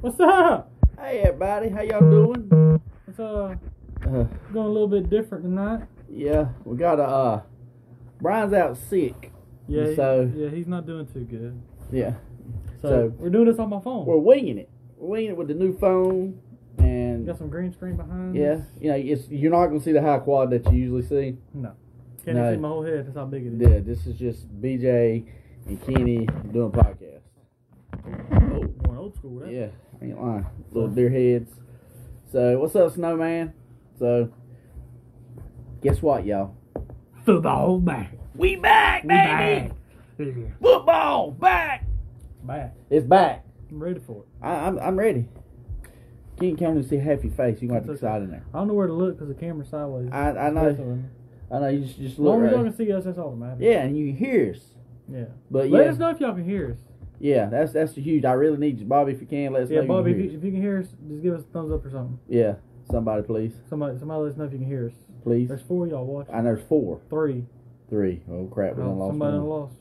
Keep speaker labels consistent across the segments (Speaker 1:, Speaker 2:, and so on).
Speaker 1: What's up?
Speaker 2: Hey everybody, how y'all doing?
Speaker 1: It's uh
Speaker 2: Uh,
Speaker 1: going a little bit different tonight.
Speaker 2: yeah, we got a uh, Brian's out sick.
Speaker 1: Yeah. he-
Speaker 2: So-
Speaker 1: yeah, he's not doing too good.
Speaker 2: Yeah,
Speaker 1: So,
Speaker 2: So-
Speaker 1: we're doing this on my phone.
Speaker 2: we're winging it. We're winging it with the new phone, and
Speaker 1: Got some green screen behind.
Speaker 2: yeah,
Speaker 1: us.
Speaker 2: you know, it's you're not gonna see the high quad that you usually see.
Speaker 1: No. Can't
Speaker 2: No.
Speaker 1: even see my whole head. That's how big it is.
Speaker 2: Yeah, this is just BJ and Kenny doing podcast.
Speaker 1: Oh, going old school. That.
Speaker 2: Yeah, I ain't lying. Little deer heads. So what's up, Snowman? So guess what, y'all?
Speaker 1: Football back.
Speaker 2: We back,
Speaker 1: We
Speaker 2: baby.
Speaker 1: back. Yeah.
Speaker 2: Football back.
Speaker 1: Back.
Speaker 2: It's back.
Speaker 1: I'm ready for it.
Speaker 2: I, I'm I'm ready. Can't come to see half your face. You gonna have to
Speaker 1: It's
Speaker 2: decide in there.
Speaker 1: I don't know where to look because the camera's sideways.
Speaker 2: I I
Speaker 1: That's
Speaker 2: know
Speaker 1: all.
Speaker 2: I know. You just just
Speaker 1: As long
Speaker 2: look.
Speaker 1: as y'all
Speaker 2: Right.
Speaker 1: can see us, that's all that matters.
Speaker 2: Yeah, and you can hear us.
Speaker 1: Yeah.
Speaker 2: But
Speaker 1: Let
Speaker 2: yeah,
Speaker 1: us know if y'all can hear us.
Speaker 2: yeah, that's that's huge. I really need you, Bobby. If you can, let us
Speaker 1: Yeah,
Speaker 2: know.
Speaker 1: Bobby,
Speaker 2: you
Speaker 1: if you,
Speaker 2: can hear
Speaker 1: if you
Speaker 2: us.
Speaker 1: can hear us, just give us a thumbs up or something.
Speaker 2: Yeah, somebody please,
Speaker 1: Somebody, somebody, let us know if you can hear us.
Speaker 2: please.
Speaker 1: There's four of y'all watching.
Speaker 2: I know there's four,
Speaker 1: Three.
Speaker 2: three. Oh crap, we
Speaker 1: Oh,
Speaker 2: done lost
Speaker 1: somebody done
Speaker 2: one.
Speaker 1: lost.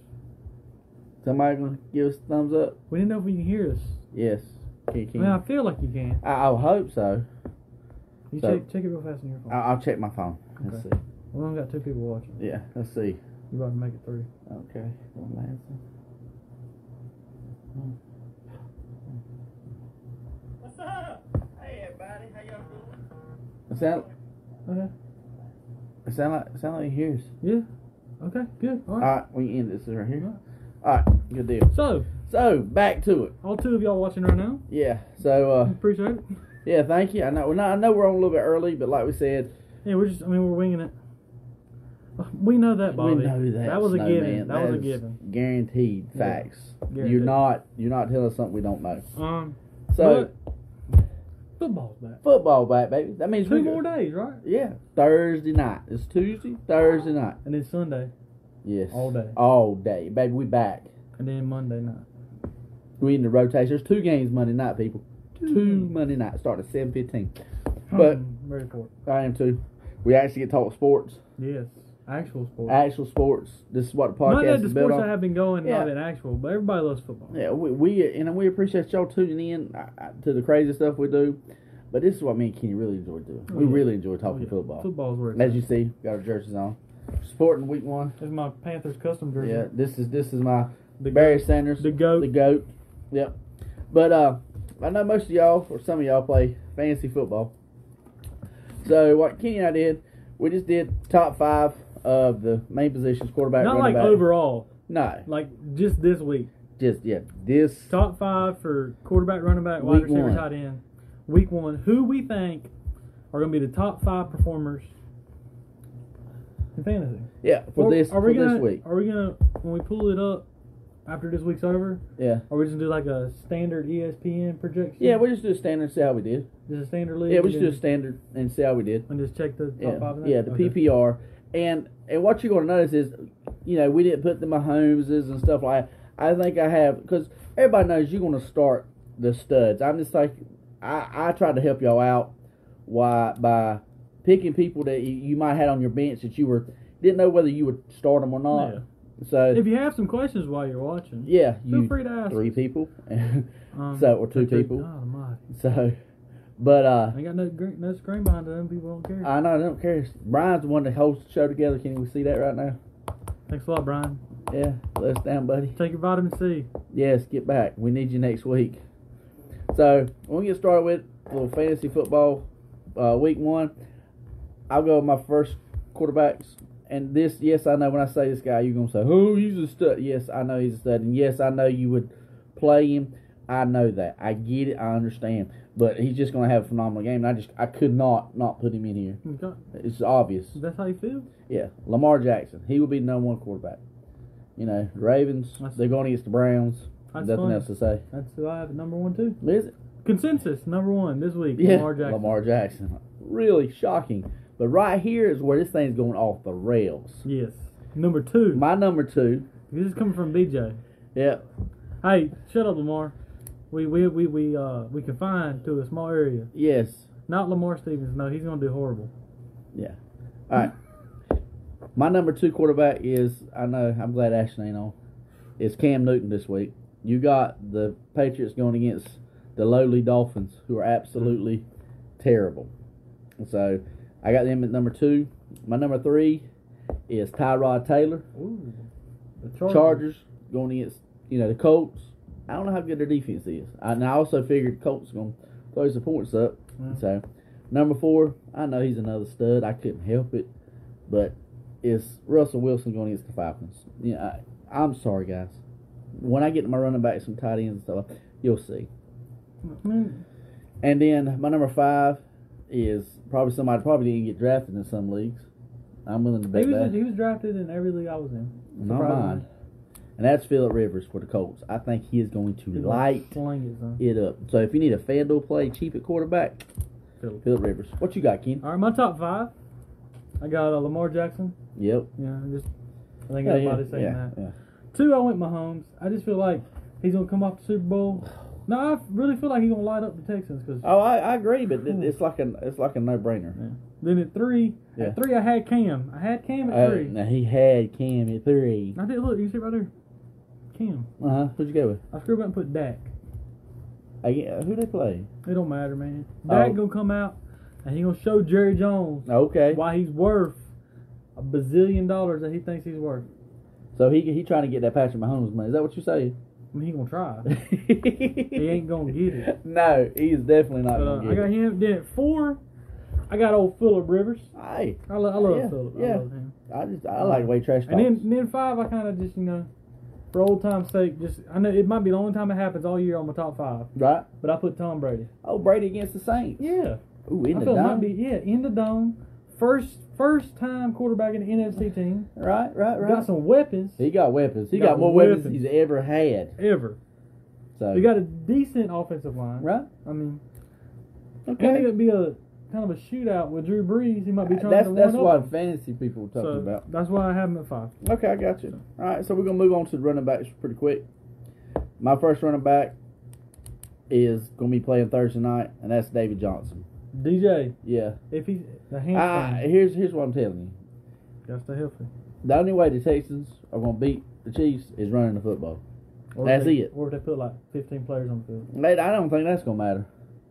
Speaker 2: Somebody gonna give us a thumbs up?
Speaker 1: We didn't know if we can hear us.
Speaker 2: Yes. Can,
Speaker 1: I
Speaker 2: can
Speaker 1: mean, I
Speaker 2: I,
Speaker 1: feel like you can.
Speaker 2: I hope so.
Speaker 1: You
Speaker 2: So- Uh,
Speaker 1: check, check it real fast on your phone.
Speaker 2: I, I'll check my phone. Let's see.
Speaker 1: we only got two people watching.
Speaker 2: Yeah, let's see.
Speaker 1: You about to make it three.
Speaker 2: Okay. One last one.
Speaker 3: What's up? Hey everybody, how y'all doing?
Speaker 2: It sound,
Speaker 1: Okay.
Speaker 2: it sound like it sound like he hears.
Speaker 1: Yeah. Okay. Good. All
Speaker 2: All
Speaker 1: right.
Speaker 2: right, we can end this right here. All right, good deal.
Speaker 1: so,
Speaker 2: So back to it.
Speaker 1: all two of y'all watching right now.
Speaker 2: Yeah. So uh,
Speaker 1: Appreciate it.
Speaker 2: yeah, thank you. I know we're not. I know we're on a little bit early, but like we said,
Speaker 1: Yeah, we're just. I mean, we're winging it. Uh, We know that, Bobby.
Speaker 2: we know that
Speaker 1: was a
Speaker 2: Snowman,
Speaker 1: given. That, was a
Speaker 2: is
Speaker 1: given.
Speaker 2: Guaranteed
Speaker 1: Yeah.
Speaker 2: facts. You're
Speaker 1: Guaranteed.
Speaker 2: not. You're not telling us something we don't know.
Speaker 1: Um.
Speaker 2: So
Speaker 1: but football's back.
Speaker 2: football back, baby. That means we
Speaker 1: Two
Speaker 2: go-
Speaker 1: more days, right?
Speaker 2: Yeah, Thursday night. It's Tuesday. Thursday night.
Speaker 1: And then Sunday,
Speaker 2: Yes.
Speaker 1: All day.
Speaker 2: All day, baby. We back.
Speaker 1: and then Monday night.
Speaker 2: We in the rotation. There's two games Monday night, people. Two,
Speaker 1: Two.
Speaker 2: Monday night, starting at seven fifteen. But-
Speaker 1: Hmm, ready for it.
Speaker 2: I am too. We actually get to talk sports,
Speaker 1: Yes, actual sports.
Speaker 2: actual sports. This is what the
Speaker 1: Not
Speaker 2: podcast
Speaker 1: that the
Speaker 2: is built
Speaker 1: sports
Speaker 2: on.
Speaker 1: that have been going, not
Speaker 2: Yeah.
Speaker 1: in actual, but everybody loves football.
Speaker 2: Yeah, we, we and we appreciate y'all tuning in uh, uh, to the crazy stuff we do. But this is what me and Kenny really enjoy doing.
Speaker 1: Oh,
Speaker 2: We
Speaker 1: yeah.
Speaker 2: really enjoy
Speaker 1: Oh,
Speaker 2: talking
Speaker 1: yeah.
Speaker 2: football.
Speaker 1: Football's where it's
Speaker 2: As
Speaker 1: at.
Speaker 2: you see, got our jerseys on. Sporting week one.
Speaker 1: This is my Panthers custom jersey.
Speaker 2: Yeah, this is this is my
Speaker 1: The
Speaker 2: Barry Sanders,
Speaker 1: The goat.
Speaker 2: the goat. Yep. But uh, I know most of y'all or some of y'all play fantasy football. So what Kenny and I did, we just did top five of the main positions: quarterback,
Speaker 1: Not
Speaker 2: running
Speaker 1: like
Speaker 2: back.
Speaker 1: overall,
Speaker 2: No,
Speaker 1: like just this week.
Speaker 2: just yeah. This
Speaker 1: Top five for quarterback, running back, wide
Speaker 2: Week
Speaker 1: receiver,
Speaker 2: one.
Speaker 1: tight end. Week one, who we think are going to be the top five performers in fantasy
Speaker 2: yeah for
Speaker 1: Or-
Speaker 2: this
Speaker 1: Are
Speaker 2: for
Speaker 1: we
Speaker 2: this
Speaker 1: gonna,
Speaker 2: week.
Speaker 1: Are we gonna when we pull it up after this week's over?
Speaker 2: Yeah,
Speaker 1: Are we just gonna do like a standard E ESPN projection?
Speaker 2: yeah. We just do a standard and see how we did.
Speaker 1: just a standard league.
Speaker 2: Yeah, we just
Speaker 1: and
Speaker 2: do a standard and see how we did.
Speaker 1: and just check the top
Speaker 2: Yeah,
Speaker 1: five. and
Speaker 2: yeah,
Speaker 1: that?
Speaker 2: the
Speaker 1: Okay.
Speaker 2: PPR, and and what you're going to notice is, you know, we didn't put the Mahomeses and stuff like. I think I have because everybody knows you're going to start the studs. I'm just like, I I tried to help y'all out, why by picking people that you, you might had on your bench that you were didn't know whether you would start them or not.
Speaker 1: Yeah.
Speaker 2: So
Speaker 1: If you have some questions while you're watching,
Speaker 2: yeah,
Speaker 1: feel
Speaker 2: you
Speaker 1: free to ask.
Speaker 2: three people,
Speaker 1: Um,
Speaker 2: so or two
Speaker 1: but they-
Speaker 2: people.
Speaker 1: Oh my!
Speaker 2: So, but uh,
Speaker 1: I got no green, no screen behind them. People don't care.
Speaker 2: I know I don't care. Brian's the one that holds the show together. Can we see that right now?
Speaker 1: Thanks a lot, Brian.
Speaker 2: Yeah, let us down, buddy.
Speaker 1: Take your vitamin C.
Speaker 2: Yes, get back. We need you next week. So when we get started with a little fantasy football, uh, week one, I'll go with my first quarterbacks. And this, yes, I know when I say this guy, you're gonna say, "Oh, he's a stud." Yes, I know he's a stud, and yes, I know you would play him. I know that. I get it. I understand. But he's just gonna have a phenomenal game. And I just, I could not not put him in here.
Speaker 1: You got-
Speaker 2: It's obvious.
Speaker 1: That's how you feel.
Speaker 2: Yeah, Lamar Jackson. He will be the number one quarterback. You know, Ravens.
Speaker 1: That's-
Speaker 2: they're going against the Browns.
Speaker 1: That's
Speaker 2: Nothing
Speaker 1: fun.
Speaker 2: else to say.
Speaker 1: That's who I have at number one too.
Speaker 2: Is it?
Speaker 1: Consensus number one this week.
Speaker 2: Yeah.
Speaker 1: Lamar Jackson.
Speaker 2: Lamar Jackson. Really shocking. But right here is where this thing's going off the rails.
Speaker 1: Yes. Number two.
Speaker 2: My number two.
Speaker 1: this is coming from BJ.
Speaker 2: Yeah.
Speaker 1: Hey, shut up, Lamar. We we we we uh we confined to a small area.
Speaker 2: Yes.
Speaker 1: Not Lamar Stevens. No, he's gonna do horrible.
Speaker 2: Yeah. All right. My number two quarterback is I know I'm glad Ashton ain't on. Is Cam Newton this week? You got the Patriots going against the lowly Dolphins, who are absolutely terrible. And so I got them at number two. My number three is Tyrod Taylor.
Speaker 1: Ooh. The
Speaker 2: Chargers, going against you know the Colts. I don't know how good their defense is. I, and I also figured Colts going to throw some points up.
Speaker 1: Mm.
Speaker 2: So number four, I know he's another stud. I couldn't help it, but it's Russell Wilson going against the Falcons. Yeah, I, I'm sorry guys. When I get to my running backs and tight ends and stuff, you'll see.
Speaker 1: Mm.
Speaker 2: And then my number five is probably somebody probably didn't get drafted in some leagues. I'm willing to
Speaker 1: He
Speaker 2: bet
Speaker 1: was,
Speaker 2: that.
Speaker 1: he was drafted in every league I was in.
Speaker 2: Not
Speaker 1: Surprisingly.
Speaker 2: mine. And that's Phillip Rivers for the Colts. I think he is going to
Speaker 1: He was
Speaker 2: light
Speaker 1: sling it, son.
Speaker 2: it up. So if you need a FanDuel play, cheap at quarterback,
Speaker 1: Phillip.
Speaker 2: Phillip Rivers. What you got, Ken?
Speaker 1: All right, my top five. I got uh, Lamar Jackson.
Speaker 2: Yep.
Speaker 1: Yeah, I just I think
Speaker 2: Yeah,
Speaker 1: everybody's saying
Speaker 2: yeah,
Speaker 1: that.
Speaker 2: yeah.
Speaker 1: Two, I went Mahomes. I just feel like he's gonna come off the Super Bowl. No, I really feel like he's gonna light up the Texans because.
Speaker 2: Oh, I, I agree, but
Speaker 1: Hmm.
Speaker 2: it, it's like a it's like a no brainer.
Speaker 1: Then at three,
Speaker 2: Yeah.
Speaker 1: at three I had Cam. I had
Speaker 2: Uh,
Speaker 1: Cam at three.
Speaker 2: now he had Cam at three.
Speaker 1: I did look. You see right there, Cam.
Speaker 2: Uh huh. Who'd you go with?
Speaker 1: I screwed up and put Dak.
Speaker 2: I, get- who they play?
Speaker 1: It don't matter, man.
Speaker 2: Oh.
Speaker 1: Dak gonna come out and he gonna show Jerry Jones
Speaker 2: Okay.
Speaker 1: why he's worth a bazillion dollars that he thinks he's worth.
Speaker 2: So he he trying to get that Patrick Mahomes money. Is that what you say?
Speaker 1: I mean, he gonna try.
Speaker 2: he
Speaker 1: ain't gonna get it.
Speaker 2: No, he is definitely not
Speaker 1: Uh,
Speaker 2: gonna
Speaker 1: I
Speaker 2: get
Speaker 1: got
Speaker 2: it.
Speaker 1: him. Then at four, I got old Phillip Rivers.
Speaker 2: Hey,
Speaker 1: I, lo- I love
Speaker 2: Yeah,
Speaker 1: Phillip.
Speaker 2: yeah.
Speaker 1: I love him.
Speaker 2: I just I like the way trash talks.
Speaker 1: And then, then five, I kind of just you know, for old time's sake, just I know it might be the only time it happens all year on my top five,
Speaker 2: right?
Speaker 1: but I put Tom Brady.
Speaker 2: Oh, Brady against the Saints.
Speaker 1: Yeah,
Speaker 2: Ooh, in
Speaker 1: I
Speaker 2: the
Speaker 1: feel it might
Speaker 2: dome.
Speaker 1: be yeah in the dome, first first time quarterback in the NFC team.
Speaker 2: Right, right, right.
Speaker 1: Got some weapons
Speaker 2: he got weapons. He
Speaker 1: Got
Speaker 2: got, more weapons than
Speaker 1: weapons.
Speaker 2: he's ever had.
Speaker 1: ever.
Speaker 2: So
Speaker 1: We got a decent offensive line.
Speaker 2: right.
Speaker 1: I mean, I think
Speaker 2: Okay. Uh,
Speaker 1: it'd be a kind of a shootout with Drew Brees. He might be trying
Speaker 2: That's
Speaker 1: to
Speaker 2: that's
Speaker 1: one
Speaker 2: what
Speaker 1: up.
Speaker 2: fantasy people were talking
Speaker 1: So
Speaker 2: about.
Speaker 1: that's why I have him at five.
Speaker 2: Okay, I got you. All right, so we're gonna move on to the running backs pretty quick. My first running back is gonna be playing Thursday night, and that's David Johnson.
Speaker 1: DJ,
Speaker 2: Yeah.
Speaker 1: if he's the
Speaker 2: Ah,
Speaker 1: hamstring,
Speaker 2: here's here's what I'm telling you.
Speaker 1: got to help him.
Speaker 2: The only way the Texans are gonna beat the Chiefs is running the football.
Speaker 1: Or if
Speaker 2: That's
Speaker 1: they-
Speaker 2: it.
Speaker 1: Or if they put like 15 players on the field.
Speaker 2: Mate, I don't think that's gonna matter.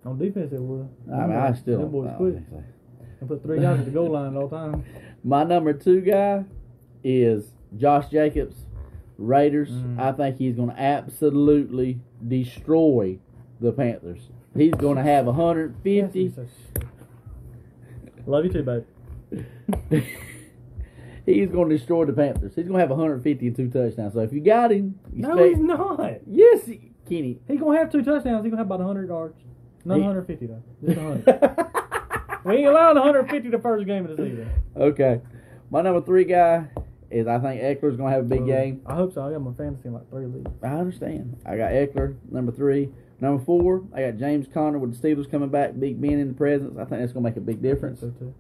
Speaker 1: On defense, it would.
Speaker 2: I mean, I still
Speaker 1: Them boys
Speaker 2: I don't
Speaker 1: quit
Speaker 2: think so.
Speaker 1: and put three guys at the goal line at all time.
Speaker 2: My number two guy is Josh Jacobs, Raiders.
Speaker 1: Mm.
Speaker 2: I think he's going to absolutely destroy the Panthers. He's going to have 150.
Speaker 1: Yes, yes, yes. Love you too, babe.
Speaker 2: he's going to destroy the Panthers. He's going to have 150 and two touchdowns. So if you got him, you
Speaker 1: No,
Speaker 2: expect-
Speaker 1: he's not.
Speaker 2: Yes, he- Kenny.
Speaker 1: He's gonna have two touchdowns. He's gonna have about 100 yards. Not
Speaker 2: He-
Speaker 1: 150 though. Just 100. we ain't allowing 150 the first game of the season.
Speaker 2: okay. My number three guy is I think Eckler's going to have a big
Speaker 1: Uh,
Speaker 2: game.
Speaker 1: I hope so. I got my fantasy in like three leagues.
Speaker 2: I understand. I got Eckler, number three. Number four, I got James Conner with the Steelers coming back. Big Ben in the presence. I think that's gonna make a big difference.
Speaker 1: So too.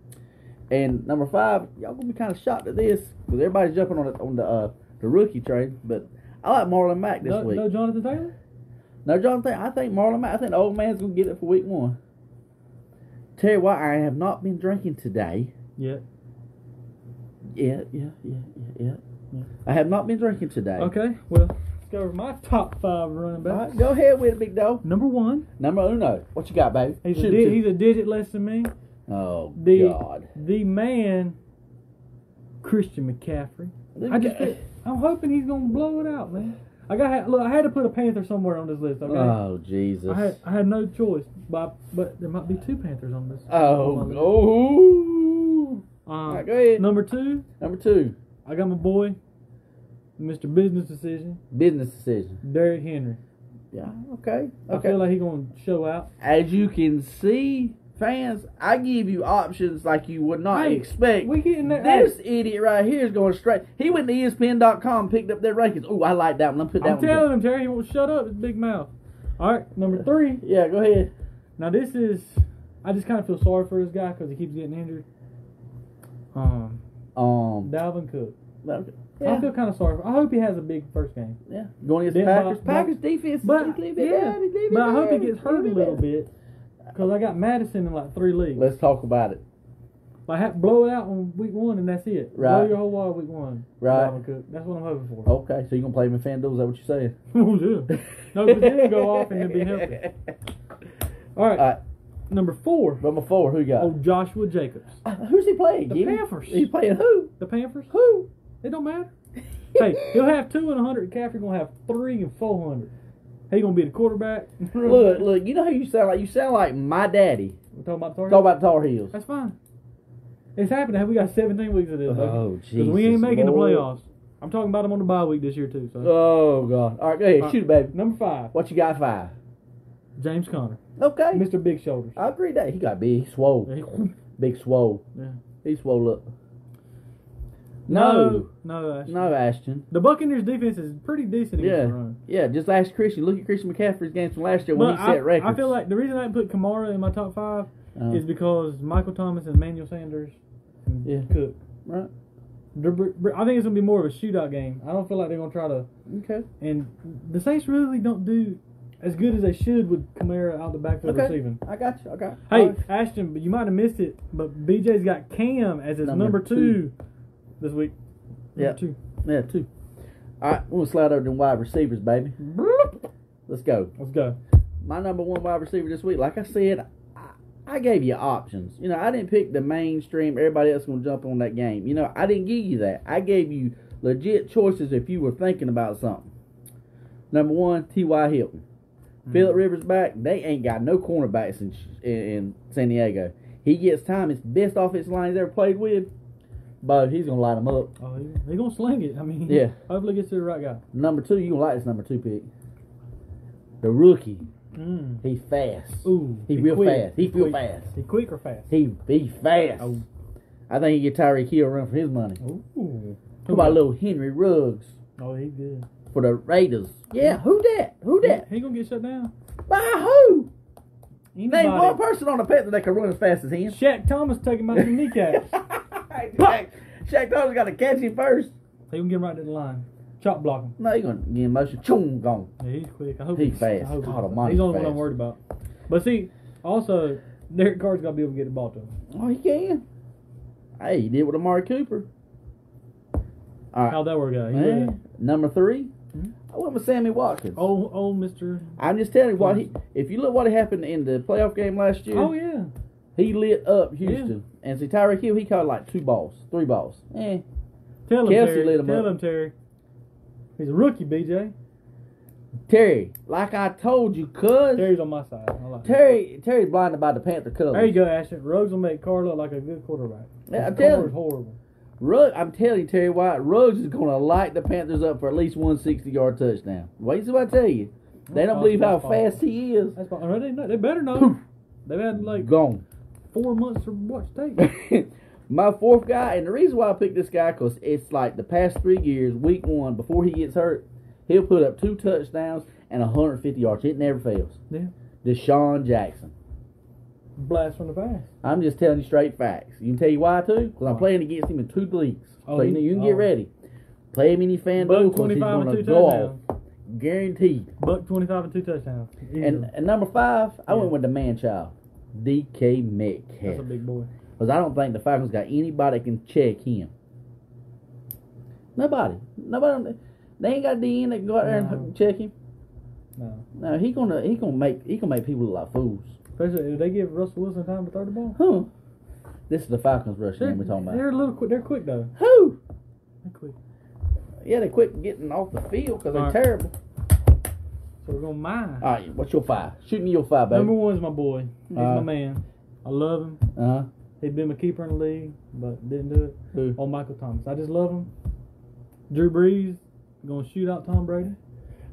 Speaker 2: And number five, y'all gonna be kind of shocked at this because everybody's jumping on the on the uh, the rookie train. But I like Marlon Mack this
Speaker 1: No,
Speaker 2: week.
Speaker 1: no Jonathan Taylor.
Speaker 2: No, Jonathan, I think Marlon Mack. I think the old man's gonna get it for week one. Tell you what, I have not been drinking today.
Speaker 1: Yeah.
Speaker 2: Yeah, yeah, yeah, yeah, yeah. I have not been drinking today.
Speaker 1: Okay. Well, let's go over my top five running
Speaker 2: All
Speaker 1: backs.
Speaker 2: right, go ahead with it, big dog.
Speaker 1: Number one,
Speaker 2: Number uno, what you got, baby?
Speaker 1: he's a,
Speaker 2: Shoot
Speaker 1: di-
Speaker 2: it.
Speaker 1: he's a digit less than me.
Speaker 2: Oh
Speaker 1: the
Speaker 2: God!
Speaker 1: the man Christian McCaffrey. I just feel- I'm hoping he's gonna blow it out, man. I got look. I had to put a Panther somewhere on this list. Okay.
Speaker 2: Oh Jesus!
Speaker 1: I had I had no choice, but but there might be two Panthers on this.
Speaker 2: oh,
Speaker 1: on my list.
Speaker 2: oh.
Speaker 1: Um,
Speaker 2: All right, go ahead.
Speaker 1: Number two,
Speaker 2: Number two,
Speaker 1: I got my boy, Mr. Business Decision,
Speaker 2: business decision.
Speaker 1: Derrick Henry.
Speaker 2: Yeah. Okay.
Speaker 1: I
Speaker 2: Okay.
Speaker 1: feel like he's gonna show out.
Speaker 2: As you can see, fans, I give you options like you would not
Speaker 1: Hey,
Speaker 2: expect.
Speaker 1: we getting there.
Speaker 2: This idiot right here is going straight. He went to E ESPN.com, picked up their rankings. Oh, I like that one. I'm put that
Speaker 1: I'm
Speaker 2: one.
Speaker 1: telling him, Terry, he won't shut up. His big mouth. All right, number three.
Speaker 2: too. Yeah. Go ahead.
Speaker 1: Now this is, I just kind of feel sorry for this guy because he keeps getting injured. Um,
Speaker 2: Um.
Speaker 1: Dalvin Cook.
Speaker 2: okay.
Speaker 1: I
Speaker 2: Yeah.
Speaker 1: feel kind of sorry. For, I hope he has a big first game.
Speaker 2: yeah. Going against the
Speaker 1: Then my-
Speaker 2: Packers.
Speaker 1: my-
Speaker 2: Packers defense. is
Speaker 1: But
Speaker 2: leave it
Speaker 1: yeah,
Speaker 2: down, leave it
Speaker 1: but I hope he
Speaker 2: down,
Speaker 1: gets hurt a
Speaker 2: leave it
Speaker 1: little
Speaker 2: down.
Speaker 1: bit because I got Madison in like three leagues.
Speaker 2: Let's talk about it.
Speaker 1: Like ha- blow it out on week one and that's it. Blow
Speaker 2: Right.
Speaker 1: your whole wad week one.
Speaker 2: Right. Oh.
Speaker 1: Dalvin Cook. That's what I'm hoping for.
Speaker 2: Okay, so you gonna play him in FanDuel? Is that what you're saying?
Speaker 1: Oh, yeah. No, but then he'll go off and he'll be healthy. All right,
Speaker 2: All right,
Speaker 1: number four.
Speaker 2: number four, who you got?
Speaker 1: Oh, Joshua Jacobs.
Speaker 2: Who's he playing?
Speaker 1: The
Speaker 2: Giddy?
Speaker 1: Panthers.
Speaker 2: He's playing who?
Speaker 1: The Panthers.
Speaker 2: Who?
Speaker 1: It don't matter. hey, he'll have two and a hundred. McCaffrey gonna have three and four hundred. He gonna be the quarterback.
Speaker 2: Look, look. You know who you sound like? You sound like my daddy.
Speaker 1: We're talking about Tar
Speaker 2: Talk about Tar Heels.
Speaker 1: That's fine. It's happening. We got 17 weeks of this. baby.
Speaker 2: Oh,
Speaker 1: 'Cause we ain't
Speaker 2: Jesus,
Speaker 1: making
Speaker 2: Lord.
Speaker 1: the playoffs. I'm talking about them on the bye week this year too. So
Speaker 2: Oh God. All right, go ahead.
Speaker 1: All right.
Speaker 2: Shoot, it, baby.
Speaker 1: number five,
Speaker 2: What you got? Five.
Speaker 1: James Conner,
Speaker 2: Okay.
Speaker 1: Mr. Big Shoulders.
Speaker 2: I agree that he got big, he swole, big swole.
Speaker 1: Yeah.
Speaker 2: He swole up.
Speaker 1: No,
Speaker 2: No,
Speaker 1: no, actually.
Speaker 2: no, Ashton.
Speaker 1: The Buccaneers defense is pretty decent against
Speaker 2: Yeah,
Speaker 1: the run.
Speaker 2: yeah. Just ask Christian. Look at Christian McCaffrey's games from last year when
Speaker 1: But
Speaker 2: he
Speaker 1: I,
Speaker 2: set records.
Speaker 1: I feel like the reason I didn't put Kamara in my top five
Speaker 2: Uh,
Speaker 1: is because Michael Thomas and Emmanuel Sanders and
Speaker 2: Yeah.
Speaker 1: Cook.
Speaker 2: right.
Speaker 1: The Br- Br- I think it's gonna be more of a shootout game. I don't feel like they're gonna try to.
Speaker 2: Okay.
Speaker 1: And the Saints really don't do as good as they should with Kamara out the backfield
Speaker 2: Okay.
Speaker 1: receiving.
Speaker 2: I got you. I got.
Speaker 1: Hey, Ashton, but you might have missed it, but BJ's got Cam as his number,
Speaker 2: Number
Speaker 1: two. this week.
Speaker 2: Yeah.
Speaker 1: Number two.
Speaker 2: Yeah, two. All right, we're gonna slide over to wide receivers, baby.
Speaker 1: Bloop.
Speaker 2: Let's go.
Speaker 1: Let's go.
Speaker 2: My number one wide receiver this week, like I said, I, I gave you options. You know, I didn't pick the mainstream. Everybody else gonna jump on that game. You know, I didn't give you that. I gave you legit choices if you were thinking about something. Number one, T.Y. Hilton.
Speaker 1: Mm-hmm.
Speaker 2: Phillip Rivers back. They ain't got no cornerbacks in, in, in San Diego. He gets time. It's best offensive line he's ever played with. But he's gonna light him up.
Speaker 1: Oh, he, he gonna sling it. I mean,
Speaker 2: Yeah.
Speaker 1: Hopefully, gets to the right guy.
Speaker 2: Number two, you gonna like this number two pick. The rookie.
Speaker 1: Mm.
Speaker 2: He fast.
Speaker 1: Ooh,
Speaker 2: he, real
Speaker 1: quick.
Speaker 2: fast. He, real
Speaker 1: quick.
Speaker 2: fast.
Speaker 1: He quick or fast?
Speaker 2: He be fast.
Speaker 1: Oh.
Speaker 2: I think he get Tyreek Hill run for his money.
Speaker 1: Ooh.
Speaker 2: How about little Henry Ruggs
Speaker 1: Oh, he good.
Speaker 2: for the Raiders? Yeah, who that? Who that?
Speaker 1: He, he gonna get shut down.
Speaker 2: By who?
Speaker 1: Anybody.
Speaker 2: Name one person on the Panthers that can run as fast as him.
Speaker 1: Shaq Thomas taking my kneecaps.
Speaker 2: Shaq, Shaq Thompson got to catch him first.
Speaker 1: He gonna get right to the line. Chop block him.
Speaker 2: No, you gonna get in motion. Choom, gone.
Speaker 1: Yeah, he's quick. I hope
Speaker 2: He
Speaker 1: he's I
Speaker 2: fast.
Speaker 1: hope
Speaker 2: God
Speaker 1: he's-
Speaker 2: almighty,
Speaker 1: He's the only one I'm
Speaker 2: fast.
Speaker 1: worried about. But see, also Derek Carr's gotta be able to get the ball to him.
Speaker 2: Oh, he can. Hey, he did with Amari Cooper. All right.
Speaker 1: How'd that work out? He
Speaker 2: Man,
Speaker 1: really-
Speaker 2: Number 3
Speaker 1: Mhm.
Speaker 2: I went with Sammy Watkins.
Speaker 1: Oh, oh, Mister.
Speaker 2: I'm just telling you what he. If you look what happened in the playoff game last year,
Speaker 1: Oh yeah.
Speaker 2: he lit up Houston. And see Tyreek Hill, he caught like two balls, three balls. Eh.
Speaker 1: Tell him,
Speaker 2: Kelsey
Speaker 1: Terry.
Speaker 2: lit him
Speaker 1: Tell
Speaker 2: up.
Speaker 1: him, Terry. He's a rookie, BJ.
Speaker 2: Terry, like I told you, cuz Terry,
Speaker 1: Terry's on my side. I like it.
Speaker 2: Terry, Terry's blinded by the Panther colors.
Speaker 1: There you go, Ashton. Ruggs will make Carr look like a good quarterback.
Speaker 2: Yeah, I'm
Speaker 1: Carr
Speaker 2: telling
Speaker 1: is
Speaker 2: you.
Speaker 1: horrible.
Speaker 2: Rugg, I'm telling you, Terry White, Ruggs is gonna light the Panthers up for at least one sixty yard touchdown. Wait till I tell you. They don't
Speaker 1: That's
Speaker 2: believe how
Speaker 1: possible, that's
Speaker 2: fast he is.
Speaker 1: That's fine. They, know- they better know.
Speaker 2: Poof.
Speaker 1: They've had like
Speaker 2: Gone.
Speaker 1: four months or what state.
Speaker 2: My fourth guy, and the reason why I picked this guy, because it's like the past three years, week one, before he gets hurt, he'll put up two touchdowns and 150 yards. It never fails.
Speaker 1: yeah.
Speaker 2: Deshaun Jackson.
Speaker 1: Blast from the past.
Speaker 2: I'm just telling you straight facts. You can tell you why, too? Because I'm playing against him in two leagues.
Speaker 1: Oh,
Speaker 2: so you,
Speaker 1: he-
Speaker 2: know, you can get
Speaker 1: oh.
Speaker 2: ready. Play him in your fan
Speaker 1: Buck
Speaker 2: duel 'cause he's
Speaker 1: 25 and
Speaker 2: going to
Speaker 1: two
Speaker 2: go off.
Speaker 1: touchdowns.
Speaker 2: Guaranteed.
Speaker 1: Buck 25 and two touchdowns. Easily.
Speaker 2: And, and number five, I
Speaker 1: Yeah.
Speaker 2: went with the man child, DK Metcalf.
Speaker 1: That's a big boy.
Speaker 2: Because I don't think the Falcons got anybody that can check him. Nobody. Nobody. They ain't got DN that can go out there
Speaker 1: No.
Speaker 2: and check him.
Speaker 1: No.
Speaker 2: No, he gonna he gonna make he gonna make people look like fools.
Speaker 1: Especially if they give Russell Wilson time to throw the ball.
Speaker 2: Huh? This is the Falcons rush
Speaker 1: They're,
Speaker 2: game we're talking
Speaker 1: they're
Speaker 2: about.
Speaker 1: a little quick. They're quick, though.
Speaker 2: Who?
Speaker 1: They're quick.
Speaker 2: Yeah, they quit getting off the field because they're
Speaker 1: All right.
Speaker 2: terrible.
Speaker 1: So we're going to mine.
Speaker 2: All right, what's your five? Shoot me your five,
Speaker 1: Number
Speaker 2: baby.
Speaker 1: one's my boy. He's my
Speaker 2: Uh,
Speaker 1: man. I love him.
Speaker 2: Uh huh.
Speaker 1: He's been my keeper in the league, but didn't do it.
Speaker 2: Who?
Speaker 1: Oh, Michael Thomas. I just love him. Drew Brees gonna shoot out Tom Brady.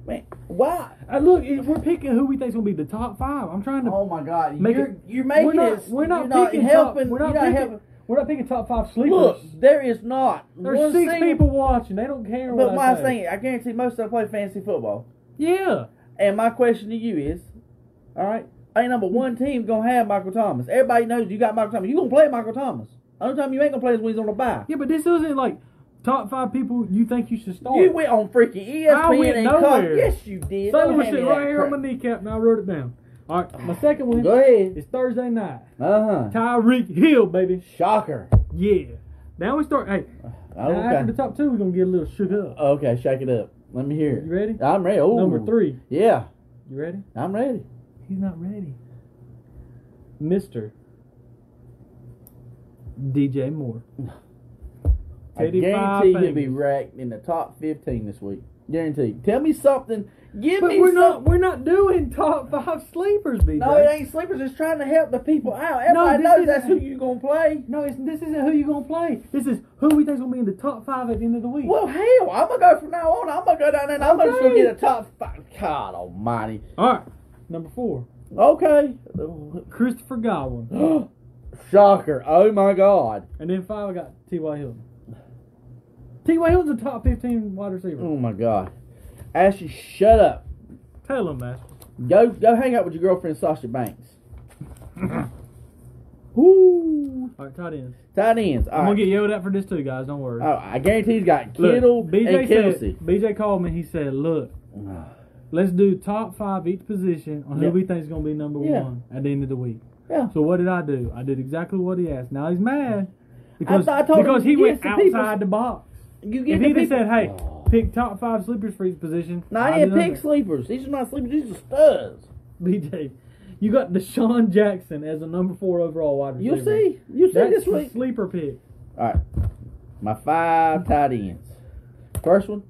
Speaker 2: Man, why?
Speaker 1: Uh, look, if we're picking who we think's gonna be the top five. I'm trying to.
Speaker 2: Oh my God!
Speaker 1: Make
Speaker 2: you're
Speaker 1: it-
Speaker 2: you're making
Speaker 1: we're not,
Speaker 2: it.
Speaker 1: We're not
Speaker 2: you're not
Speaker 1: picking
Speaker 2: helping.
Speaker 1: Top, we're not
Speaker 2: you're
Speaker 1: picking,
Speaker 2: not helping.
Speaker 1: We're not picking top five sleepers.
Speaker 2: Look, there is not.
Speaker 1: There's
Speaker 2: one
Speaker 1: six
Speaker 2: single-
Speaker 1: people watching. They don't care.
Speaker 2: But
Speaker 1: what
Speaker 2: my
Speaker 1: I say.
Speaker 2: thing, I guarantee most of them play fantasy football.
Speaker 1: Yeah.
Speaker 2: And my question to you is, all right, ain't number one team gonna have Michael Thomas. Everybody knows you got Michael Thomas. You gonna play Michael Thomas. Only time you ain't gonna play is when he's on the bye.
Speaker 1: Yeah, but this isn't like top five people you think you should start.
Speaker 2: You went on freaking E
Speaker 1: I went
Speaker 2: ESPN and caught.
Speaker 1: nowhere.
Speaker 2: Yes, you did.
Speaker 1: Son
Speaker 2: Don't
Speaker 1: of a
Speaker 2: hand
Speaker 1: shit
Speaker 2: me
Speaker 1: right
Speaker 2: that
Speaker 1: here
Speaker 2: crap.
Speaker 1: on my kneecap, and I wrote it down. All right, my second one
Speaker 2: Go ahead.
Speaker 1: is Thursday night.
Speaker 2: Uh huh.
Speaker 1: Tyreek Hill, baby.
Speaker 2: Shocker.
Speaker 1: Yeah. Now we start. Hey, now
Speaker 2: Okay.
Speaker 1: after the top two, we're gonna get a little shook up.
Speaker 2: Okay, shake it up. Let me hear it.
Speaker 1: You ready?
Speaker 2: I'm ready. Oh,
Speaker 1: Number three.
Speaker 2: Yeah,
Speaker 1: You ready?
Speaker 2: I'm ready.
Speaker 1: He's not ready. Mister DJ Moore.
Speaker 2: I
Speaker 1: Teddy
Speaker 2: guarantee he'll be
Speaker 1: Five
Speaker 2: ranked in the top fifteen this week. Guaranteed. Tell me something. Give
Speaker 1: But
Speaker 2: me
Speaker 1: we're
Speaker 2: some-
Speaker 1: not we're not doing top five sleepers, BJ.
Speaker 2: No, it ain't sleepers. It's trying to help the people out. Everybody
Speaker 1: this
Speaker 2: knows
Speaker 1: is-
Speaker 2: that's who you gonna play.
Speaker 1: No, it's, this isn't who you're gonna play. This is who we think's gonna be in the top five at the end of the week.
Speaker 2: Well, hell, I'm gonna go from now on. I'm gonna go down there. and I'm gonna just go
Speaker 1: Okay.
Speaker 2: get a top five. God Almighty.
Speaker 1: All right, number four,
Speaker 2: Okay.
Speaker 1: Christopher Godwin,
Speaker 2: Shocker. Oh my God.
Speaker 1: and then five I got T.Y. Hilton. T.Y. Hilton's a top fifteen wide receiver.
Speaker 2: Oh my God. Ashley, shut up.
Speaker 1: Tell him, Master.
Speaker 2: Go go hang out with your girlfriend Sasha Banks. Woo.
Speaker 1: All right, tight ends.
Speaker 2: Tight ends. All
Speaker 1: I'm
Speaker 2: right.
Speaker 1: gonna get yelled at for this too, guys. Don't worry.
Speaker 2: Oh, I guarantee he's got
Speaker 1: Look,
Speaker 2: Kittle and
Speaker 1: BJ
Speaker 2: Kelsey.
Speaker 1: said, BJ called me. He said, "Look, let's do top five each position on
Speaker 2: Yeah.
Speaker 1: who we think is gonna be number
Speaker 2: Yeah.
Speaker 1: one at the end of the week."
Speaker 2: Yeah.
Speaker 1: So what did I do? I did exactly what he asked. Now he's mad because
Speaker 2: I told him,
Speaker 1: because he
Speaker 2: yes,
Speaker 1: went
Speaker 2: the people-
Speaker 1: outside the box.
Speaker 2: You get
Speaker 1: If
Speaker 2: the
Speaker 1: he just
Speaker 2: people-
Speaker 1: said, "Hey,
Speaker 2: Oh.
Speaker 1: pick top five sleepers for each position,"
Speaker 2: No, I
Speaker 1: I'd
Speaker 2: didn't
Speaker 1: do
Speaker 2: pick sleepers. These are not sleepers. These are studs.
Speaker 1: nothing. BJ, you got Deshaun Jackson as a number four overall wide receiver.
Speaker 2: You'll see. You'll see
Speaker 1: That's
Speaker 2: this
Speaker 1: the
Speaker 2: week.
Speaker 1: sleeper pick.
Speaker 2: All right. My five tight ends. First one,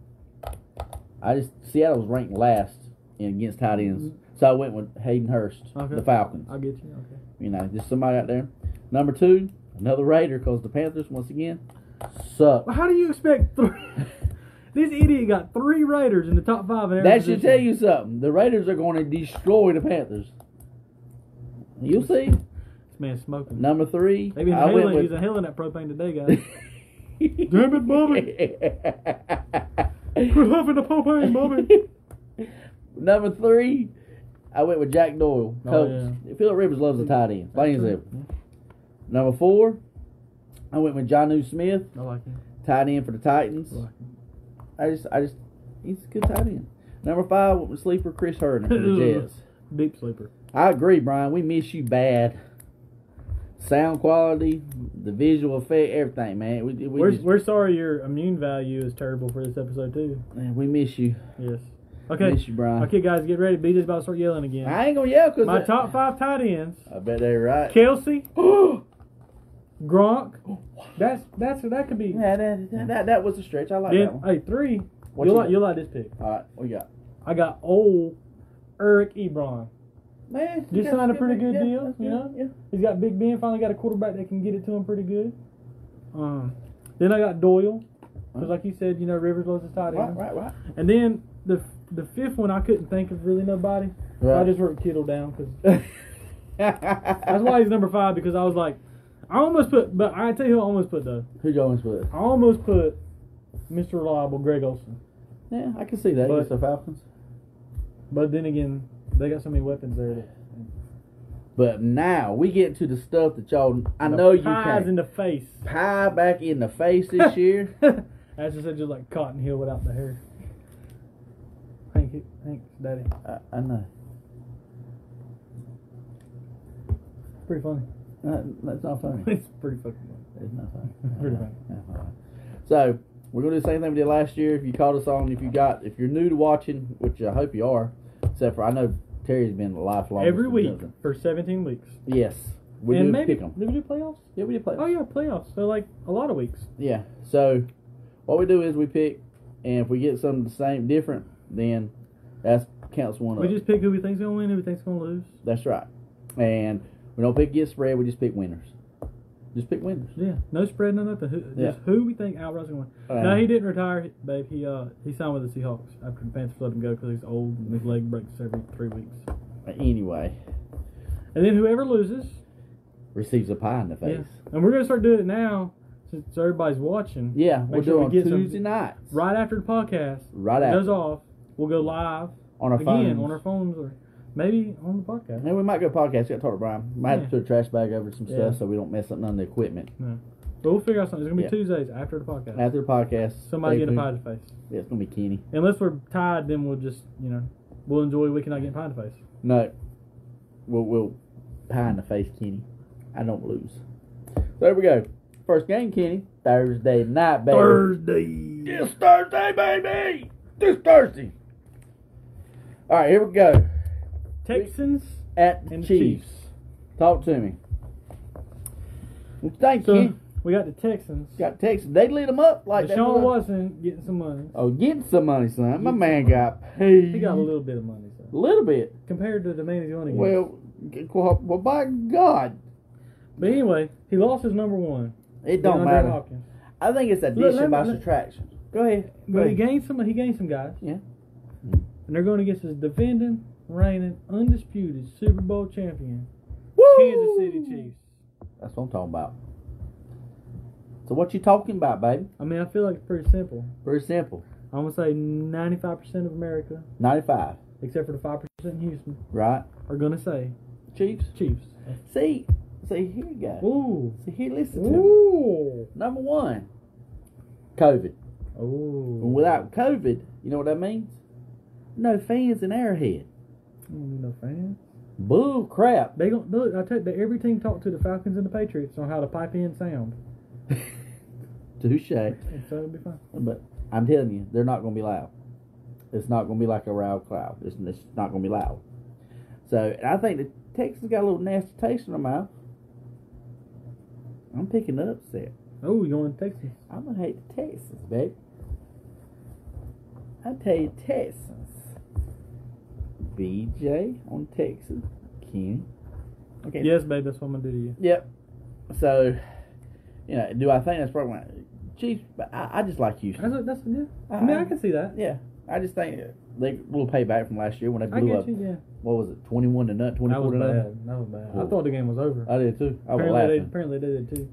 Speaker 2: I just Seattle was ranked last in against tight ends, so I went with Hayden Hurst,
Speaker 1: Mm-hmm. Okay.
Speaker 2: the Falcons.
Speaker 1: I get you. Okay.
Speaker 2: You know, just somebody out there. Number two, another Raider, because the Panthers once again suck.
Speaker 1: Well, How do you expect three? this idiot got three Raiders in the top five. in every
Speaker 2: That should
Speaker 1: position.
Speaker 2: tell you something. The Raiders are going to destroy the Panthers. You'll see.
Speaker 1: This man's smoking.
Speaker 2: Number three,
Speaker 1: Maybe he's
Speaker 2: I went
Speaker 1: inhaling,
Speaker 2: with
Speaker 1: he's inhaling that propane today, guys. Damn it, Bobby. We're huffing the propane, Bobby.
Speaker 2: Number three, I went with Jack Doyle.
Speaker 1: Oh,
Speaker 2: Coach. Philip Rivers loves the tight end. Plain and simple. Number four, I went with Johnu Smith,
Speaker 1: I like it.
Speaker 2: tight end for the Titans.
Speaker 1: I like it.
Speaker 2: I just, I just, he's a good tight end. Number five, I went with sleeper Chris Herndon for the
Speaker 1: Ugh.
Speaker 2: Jets.
Speaker 1: Deep sleeper.
Speaker 2: I agree, Brian. We miss you bad. Sound quality, the visual effect, everything, man. We, we,
Speaker 1: We're,
Speaker 2: just-
Speaker 1: we're sorry your immune value is terrible for this episode, too.
Speaker 2: man, we miss you.
Speaker 1: Yes. Okay.
Speaker 2: Miss you, Brian.
Speaker 1: Okay, guys, get ready. BJ's about to start yelling again.
Speaker 2: I ain't gonna yell because
Speaker 1: My top five tight ends
Speaker 2: I bet they're right.
Speaker 1: Kelsey,
Speaker 2: that,
Speaker 1: Gronk. That's, that's that could be.
Speaker 2: that, that, that- that was a stretch. I like that
Speaker 1: Then,
Speaker 2: one.
Speaker 1: hey, three.
Speaker 2: What
Speaker 1: you'll,
Speaker 2: you
Speaker 1: like,
Speaker 2: got?
Speaker 1: you'll like this pick.
Speaker 2: All right, we got
Speaker 1: I got old Eric Ebron.
Speaker 2: man.
Speaker 1: Just
Speaker 2: that's
Speaker 1: signed a pretty good
Speaker 2: Yeah,
Speaker 1: deal,
Speaker 2: that's
Speaker 1: you know?
Speaker 2: Yeah.
Speaker 1: He's got Big Ben. Finally got a quarterback that can get it to him pretty good. Um, then I got Doyle, because like you said, you know Rivers loves his tight
Speaker 2: Right,
Speaker 1: end.
Speaker 2: right, right.
Speaker 1: And then the the fifth one I couldn't think of really nobody. So I
Speaker 2: Right.
Speaker 1: just wrote Kittle down because
Speaker 2: that's
Speaker 1: that's why he's number five because I was like, I almost put, but I tell you who I almost put though.
Speaker 2: Who y'all went with?
Speaker 1: I almost put Mr. Reliable Greg Olson,
Speaker 2: Yeah, I can see that.
Speaker 1: But-
Speaker 2: It's the Falcons.
Speaker 1: but then again, they got so many weapons there. That,
Speaker 2: But now we get to the stuff that y'all. I
Speaker 1: The
Speaker 2: know you
Speaker 1: pies
Speaker 2: can't.
Speaker 1: in the face.
Speaker 2: pie back in the face this year. Uh,
Speaker 1: As I said, just like Cotton Hill without the hair. Thank you, thanks, Daddy.
Speaker 2: I, I know.
Speaker 1: Pretty funny.
Speaker 2: No, Uh, that's not funny.
Speaker 1: It's pretty fucking funny.
Speaker 2: It's not funny.
Speaker 1: Pretty funny.
Speaker 2: Not funny. So we're gonna do the same thing we did last year. If you caught us on, if you got, if you're new to watching, which I hope you are, except for I know Terry's been a lifelong
Speaker 1: Every
Speaker 2: listener,
Speaker 1: week
Speaker 2: doesn't
Speaker 1: for 17 weeks.
Speaker 2: he? Yes, we
Speaker 1: and
Speaker 2: do
Speaker 1: maybe
Speaker 2: pick 'em.
Speaker 1: did we do playoffs?
Speaker 2: Yeah, we do play.
Speaker 1: Oh yeah, playoffs. So like a lot of weeks.
Speaker 2: Yeah. So what we do is we pick, and if we get something the same different, then that's counts one
Speaker 1: We
Speaker 2: up.
Speaker 1: just pick who we think's gonna win, who we think's gonna lose.
Speaker 2: that's right. And we don't pick against spread. We just pick winners. Just pick winners.
Speaker 1: Yeah, no spread, no nothing. Who,
Speaker 2: Yeah.
Speaker 1: Just who we think Al Ross gonna win.
Speaker 2: Uh,
Speaker 1: no, he didn't retire, babe. He uh he signed with the Seahawks after the Panthers let him go because he's old and his leg breaks every three weeks.
Speaker 2: Uh, Anyway,
Speaker 1: And then whoever loses,
Speaker 2: receives a pie in the face.
Speaker 1: and we're gonna start doing it now since everybody's watching.
Speaker 2: Yeah, we'll
Speaker 1: Make sure
Speaker 2: do
Speaker 1: we
Speaker 2: it on
Speaker 1: get some-
Speaker 2: Tuesday nights.
Speaker 1: Right after the podcast
Speaker 2: Right
Speaker 1: goes
Speaker 2: after.
Speaker 1: off, we'll go live
Speaker 2: On our
Speaker 1: again
Speaker 2: phones.
Speaker 1: on our phones or maybe on the podcast.
Speaker 2: And we might go podcast. Got to talk to Brian. Might have
Speaker 1: Yeah.
Speaker 2: to put a trash bag over some
Speaker 1: Yeah.
Speaker 2: stuff so we don't mess up none of the equipment.
Speaker 1: But we'll figure out something. It's gonna be
Speaker 2: Yeah.
Speaker 1: Tuesdays after the podcast.
Speaker 2: After the podcast,
Speaker 1: Somebody
Speaker 2: stay
Speaker 1: getting pie
Speaker 2: tuned.
Speaker 1: to face.
Speaker 2: Yeah, it's gonna be Kenny.
Speaker 1: Unless we're tied, then we'll just you know we'll enjoy we cannot get pie to face.
Speaker 2: No, we'll, we'll pie in the face, Kenny. I don't lose. So there we go. First game, Kenny. Thursday night, baby.
Speaker 1: Thursday.
Speaker 2: This Thursday, baby. This Thursday. All right, here we go.
Speaker 1: Texans
Speaker 2: At the
Speaker 1: and
Speaker 2: Chiefs.
Speaker 1: Chiefs.
Speaker 2: Talk to me. Well, thank
Speaker 1: So
Speaker 2: you.
Speaker 1: we got the Texans.
Speaker 2: Got Texas. They lit them up like that.
Speaker 1: Deshaun Watson getting some money.
Speaker 2: Oh, getting some money, son. My
Speaker 1: Getting
Speaker 2: man
Speaker 1: some
Speaker 2: got paid.
Speaker 1: He got a little bit of money so.
Speaker 2: little bit.
Speaker 1: compared to the man he's going to get.
Speaker 2: Well, g- well, well, by God,
Speaker 1: but anyway, he lost his number one.
Speaker 2: it don't
Speaker 1: DeAndre
Speaker 2: matter.
Speaker 1: Hopkins.
Speaker 2: I think it's
Speaker 1: let
Speaker 2: addition
Speaker 1: me-
Speaker 2: by
Speaker 1: let-
Speaker 2: subtraction. Go ahead. Go
Speaker 1: But he
Speaker 2: ahead.
Speaker 1: gained some. He gained some guys.
Speaker 2: Yeah.
Speaker 1: And they're going against his defending, reigning, undisputed Super Bowl champion, Kansas City
Speaker 2: Woo!
Speaker 1: Chiefs.
Speaker 2: That's what I'm talking about. So what you talking about, baby?
Speaker 1: I mean, I feel like it's pretty simple.
Speaker 2: Very simple.
Speaker 1: I'm gonna say 95% of America,
Speaker 2: Ninety-five,
Speaker 1: except for the 5% in Houston,
Speaker 2: right?
Speaker 1: are gonna say
Speaker 2: Chiefs.
Speaker 1: Chiefs.
Speaker 2: See, see here, you go.
Speaker 1: Ooh.
Speaker 2: See here, listen to me.
Speaker 1: Ooh.
Speaker 2: Number one, COVID.
Speaker 1: Ooh.
Speaker 2: And without COVID, you know what that means? No fans in Airhead.
Speaker 1: I don't need no fans.
Speaker 2: Bull crap.
Speaker 1: They don't look. I tell you, every team talked to the Falcons and the Patriots on how to pipe in sound,
Speaker 2: Touche.
Speaker 1: and so it'll be fine.
Speaker 2: But I'm telling you, they're not going to be loud. It's not going to be like a loud crowd. It's, it's not going to be loud. So, and I think the Texans got a little nasty taste in their mouth. I'm picking the upset.
Speaker 1: Oh, we going to Texas?
Speaker 2: I'm going to hate the Texans, baby. I tell you, Texans. BJ on Texas. Ken. Okay.
Speaker 1: Yes, babe. That's what I'm gonna do to you.
Speaker 2: Yep. So, you know, do I think that's probably my Chiefs? But I, I just like Houston.
Speaker 1: That's, that's yeah. I mean, I can see that.
Speaker 2: Yeah, I just think they will pay back from last year when they
Speaker 1: I
Speaker 2: blew
Speaker 1: get
Speaker 2: up.
Speaker 1: you. Yeah.
Speaker 2: What was it, twenty one to nut, twenty
Speaker 1: That
Speaker 2: four
Speaker 1: was
Speaker 2: to nut?
Speaker 1: bad. That was bad.
Speaker 2: Cool.
Speaker 1: I thought the game was over.
Speaker 2: I did too. I was
Speaker 1: apparently, they,
Speaker 2: laughing.
Speaker 1: apparently they did too.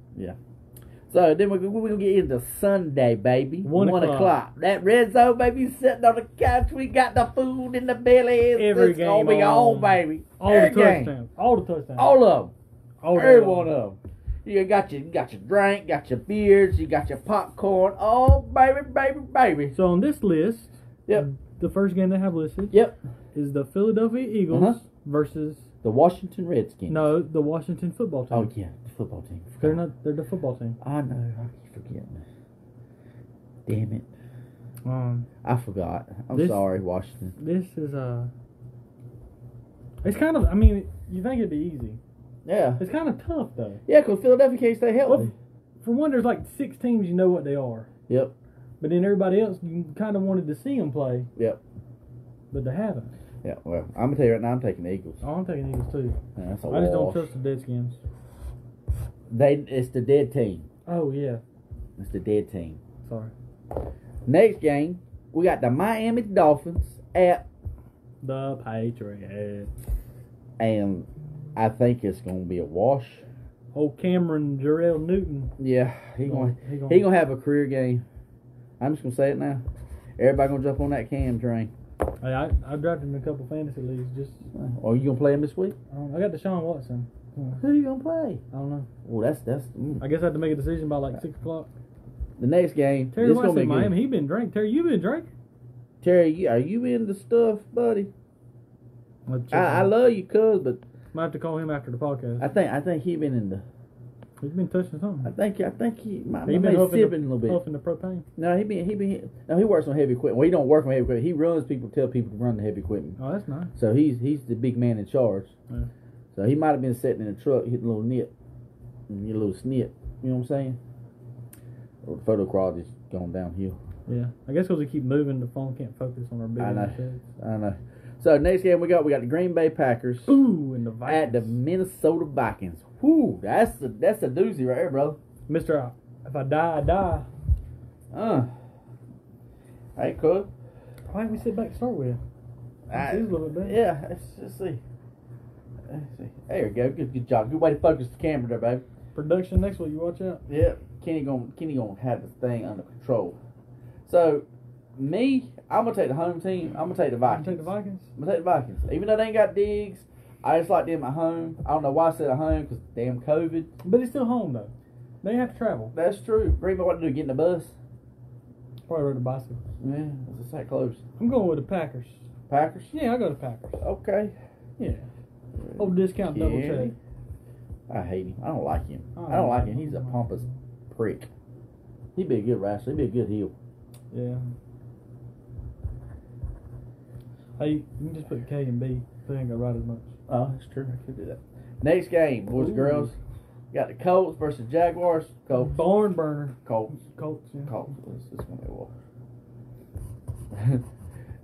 Speaker 2: So then we're, we're gonna get into Sunday, baby.
Speaker 1: One o'clock.
Speaker 2: That red zone, baby, sitting on the couch. We got the food in the belly. It's,
Speaker 1: Every
Speaker 2: it's gonna
Speaker 1: game
Speaker 2: be on,
Speaker 1: on.
Speaker 2: baby.
Speaker 1: All
Speaker 2: Every
Speaker 1: the
Speaker 2: game.
Speaker 1: touchdowns. All the touchdowns.
Speaker 2: All of them.
Speaker 1: All
Speaker 2: Every
Speaker 1: day long.
Speaker 2: one of them. You got your got your drink, got your beers, you got your popcorn. Oh, baby, baby, baby.
Speaker 1: So on this list,
Speaker 2: Yep.
Speaker 1: the first game they have listed
Speaker 2: Yep.
Speaker 1: is the Philadelphia Eagles
Speaker 2: Uh-huh.
Speaker 1: versus
Speaker 2: The Washington Redskins.
Speaker 1: no the Washington football team.
Speaker 2: Oh yeah, football team.
Speaker 1: They're not. They're the football team.
Speaker 2: I know. I keep forgetting. Damn it!
Speaker 1: Um,
Speaker 2: I forgot. I'm
Speaker 1: This-
Speaker 2: sorry, Washington.
Speaker 1: this is uh It's kind of. I mean, you think it'd be easy.
Speaker 2: Yeah.
Speaker 1: It's kind of tough though.
Speaker 2: Yeah, because Philadelphia can't stay healthy.
Speaker 1: Well, for one, there's like six teams you know what they are.
Speaker 2: Yep.
Speaker 1: But then everybody else, you kind of wanted to see them play.
Speaker 2: Yep.
Speaker 1: But they haven't.
Speaker 2: Yeah. Well, I'm gonna tell you right now, I'm taking the Eagles.
Speaker 1: Oh, I'm taking Eagles too.
Speaker 2: Yeah, that's a
Speaker 1: I just don't
Speaker 2: wash.
Speaker 1: trust the Deadskins.
Speaker 2: They. It's the dead team.
Speaker 1: Oh yeah,
Speaker 2: It's the dead team.
Speaker 1: sorry.
Speaker 2: Next game, we got the Miami Dolphins at,
Speaker 1: The Patriots.
Speaker 2: and I think it's gonna be a wash.
Speaker 1: Old Cameron Jarrell Newton.
Speaker 2: Yeah, he gonna
Speaker 1: he gonna,
Speaker 2: he gonna have a career game. I'm just gonna say it now. Everybody gonna jump on that Cam train.
Speaker 1: Hey, I, I drafted him in a couple fantasy leagues. Just
Speaker 2: Or Oh, you gonna play him this week?
Speaker 1: I, don't, Um, I got Deshaun Watson. Hmm,
Speaker 2: Who you gonna play?
Speaker 1: I don't know.
Speaker 2: Well, that's that's mm.
Speaker 1: I guess I have to make a decision by like six o'clock.
Speaker 2: the next game.
Speaker 1: Terry
Speaker 2: it's gonna
Speaker 1: Watson
Speaker 2: be
Speaker 1: in
Speaker 2: good.
Speaker 1: Miami. He been drinking. Terry, you been drinking?
Speaker 2: Terry, you- are you into stuff, buddy? I, I love you, cuz, but
Speaker 1: Might have to call him after the podcast.
Speaker 2: I think I think he been in the.
Speaker 1: He's been touching
Speaker 2: I
Speaker 1: something.
Speaker 2: think I think he might
Speaker 1: He
Speaker 2: he
Speaker 1: been
Speaker 2: been
Speaker 1: huffing
Speaker 2: sipping
Speaker 1: the-
Speaker 2: a little bit.
Speaker 1: Puffing the propane.
Speaker 2: No, he been he been no he works on heavy equipment. Well, he don't work on heavy equipment. He runs people, tell people to run the heavy equipment.
Speaker 1: Oh, that's nice.
Speaker 2: So he's he's the big man in charge.
Speaker 1: Yeah.
Speaker 2: So he might have been sitting in the truck, hitting a little nip, and get a little snip. You know what I'm saying? Well, the photo quality's going downhill.
Speaker 1: Yeah, I guess because we keep moving, the phone can't focus on our big
Speaker 2: I know.
Speaker 1: ass heads.
Speaker 2: I know. So next game we got we got the Green Bay Packers
Speaker 1: Ooh, and the
Speaker 2: at the
Speaker 1: Vikings.
Speaker 2: Minnesota Vikings. Whoo, that's a that's a doozy right there, brother.
Speaker 1: Mister, I- if I die, I die.
Speaker 2: Uh. Hey, cook.
Speaker 1: Why didn't we sit back and start with?
Speaker 2: I-
Speaker 1: This is a little bit better.
Speaker 2: Yeah, let's, let's see. Let's see. There you go. Good, good job. Good way to focus the camera there, baby.
Speaker 1: Production next week. You watch out.
Speaker 2: Yep. Kenny gonna Kenny gonna have the thing under control. So, me, I'm gonna take the home team. I'm gonna take the
Speaker 1: Vikings.
Speaker 2: Vikings.
Speaker 1: Take the Vikings.
Speaker 2: I'm gonna take the Vikings. Even though they ain't got digs, I just like them at home. I don't know why I said at home because damn COVID.
Speaker 1: But it's still home though. They have to travel.
Speaker 2: That's true. Green Bay, what to do? Get in the bus?
Speaker 1: Probably rode a bicycle.
Speaker 2: Yeah, it's just that close.
Speaker 1: I'm going with the Packers.
Speaker 2: Packers.
Speaker 1: Yeah, I go to Packers.
Speaker 2: Okay.
Speaker 1: Yeah. Oh, discount double
Speaker 2: Yeah.
Speaker 1: check.
Speaker 2: I hate him. I don't like him.
Speaker 1: Oh,
Speaker 2: I don't like him.
Speaker 1: no.
Speaker 2: He's a pompous prick. He'd be a good wrestler. He'd be a good heel.
Speaker 1: Yeah. Hey, you can just put K and B. They ain't gonna ride as much.
Speaker 2: Oh, that's true. I could do that. Next game, boys and
Speaker 1: Ooh.
Speaker 2: girls. Got the Colts versus Jaguars. Colts.
Speaker 1: Barn burner.
Speaker 2: Colts.
Speaker 1: Colts. Yeah.
Speaker 2: Colts. This this one they will.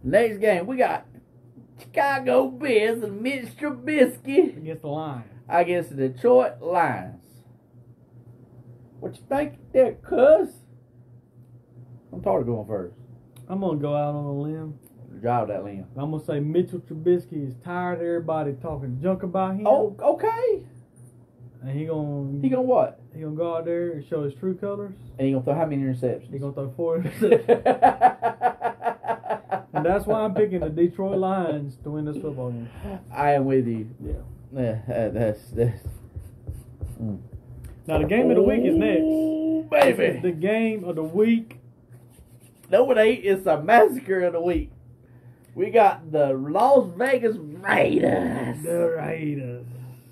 Speaker 2: Next game, we got Chicago Bears and Mitch Trubisky
Speaker 1: Against the line.
Speaker 2: against the Detroit Lions. What you think there, cuz? I'm tired of going first.
Speaker 1: I'm gonna go out on a limb.
Speaker 2: Drive that limb.
Speaker 1: I'm gonna say Mitchell Trubisky is tired of everybody talking junk about him.
Speaker 2: Oh, okay.
Speaker 1: And he gonna
Speaker 2: He gonna what?
Speaker 1: he gonna go out there and show his true colors.
Speaker 2: And he gonna throw how many
Speaker 1: He
Speaker 2: interceptions?
Speaker 1: gonna throw four interceptions.
Speaker 2: and
Speaker 1: and that's why I'm picking the Detroit Lions to win this football game.
Speaker 2: I am with you.
Speaker 1: Yeah.
Speaker 2: Yeah, uh, that's that's. Mm.
Speaker 1: Now the game of the week is next.
Speaker 2: Ooh,
Speaker 1: This is The
Speaker 2: baby.
Speaker 1: game of the week.
Speaker 2: Number eight is the massacre of the week. We got the Las Vegas
Speaker 1: The
Speaker 2: Raiders
Speaker 1: Raiders.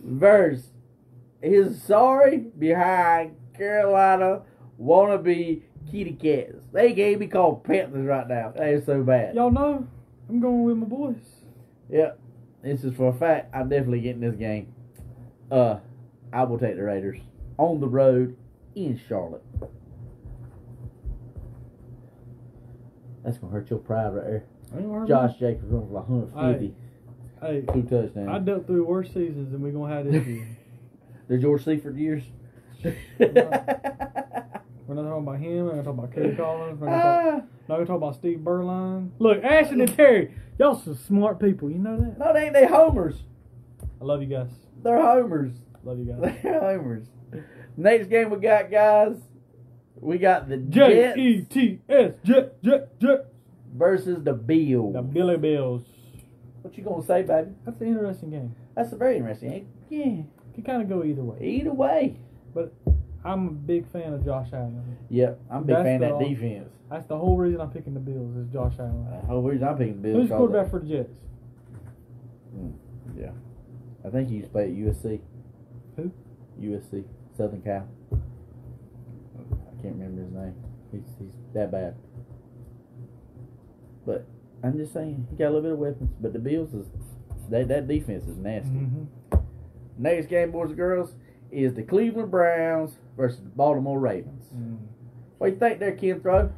Speaker 2: versus his sorry behind Carolina wannabe kitty cats. They can't be called Panthers right now. That is so bad.
Speaker 1: Y'all know I'm going with my boys.
Speaker 2: Yep. This is for a fact. I'm definitely getting this game. Uh, I will take the Raiders on the road in Charlotte. That's gonna hurt your pride right there.
Speaker 1: I ain't worried about
Speaker 2: Josh Jacobs runs for like 150,
Speaker 1: it. Hey,
Speaker 2: two
Speaker 1: I
Speaker 2: touchdowns.
Speaker 1: dealt through worse seasons than we gonna have this year.
Speaker 2: The George Seifert years.
Speaker 1: We're not talking about him. We're not talking about Kerry Collins. We're not, talk,
Speaker 2: Ah,
Speaker 1: not gonna talk about Steve Berline. Look, Ashton and Terry, y'all some smart people. You know that.
Speaker 2: no, they ain't they homers.
Speaker 1: I love you guys.
Speaker 2: They're homers.
Speaker 1: Love you guys.
Speaker 2: They're homers. Next game we got, guys. We got the
Speaker 1: J E
Speaker 2: Jets
Speaker 1: T S Jet Jet Jet.
Speaker 2: versus the Bills.
Speaker 1: The Billy Bills.
Speaker 2: What you gonna say, baby?
Speaker 1: That's an interesting game.
Speaker 2: That's a very interesting. e-, Yeah.
Speaker 1: Can kind of go either way.
Speaker 2: Either way.
Speaker 1: I'm a big fan of Josh Allen.
Speaker 2: Yep. I'm a big
Speaker 1: That's
Speaker 2: fan of that
Speaker 1: the-
Speaker 2: defense.
Speaker 1: That's the whole reason I'm picking the Bills is Josh Allen.
Speaker 2: The whole reason I'm picking Bills.
Speaker 1: Who's
Speaker 2: because Mm,
Speaker 1: quarterback for the Jets?
Speaker 2: I think he used to play at USC.
Speaker 1: Who?
Speaker 2: USC. Southern Cal. I can't remember his name. He's, he's that bad. But I'm just saying, he got a little bit of weapons. But the Bills is they, that defense is nasty.
Speaker 1: Mhm.
Speaker 2: Next game, boys and girls, is the Cleveland Browns versus the Baltimore Ravens.
Speaker 1: Mm.
Speaker 2: What do you think there, Ken Throw?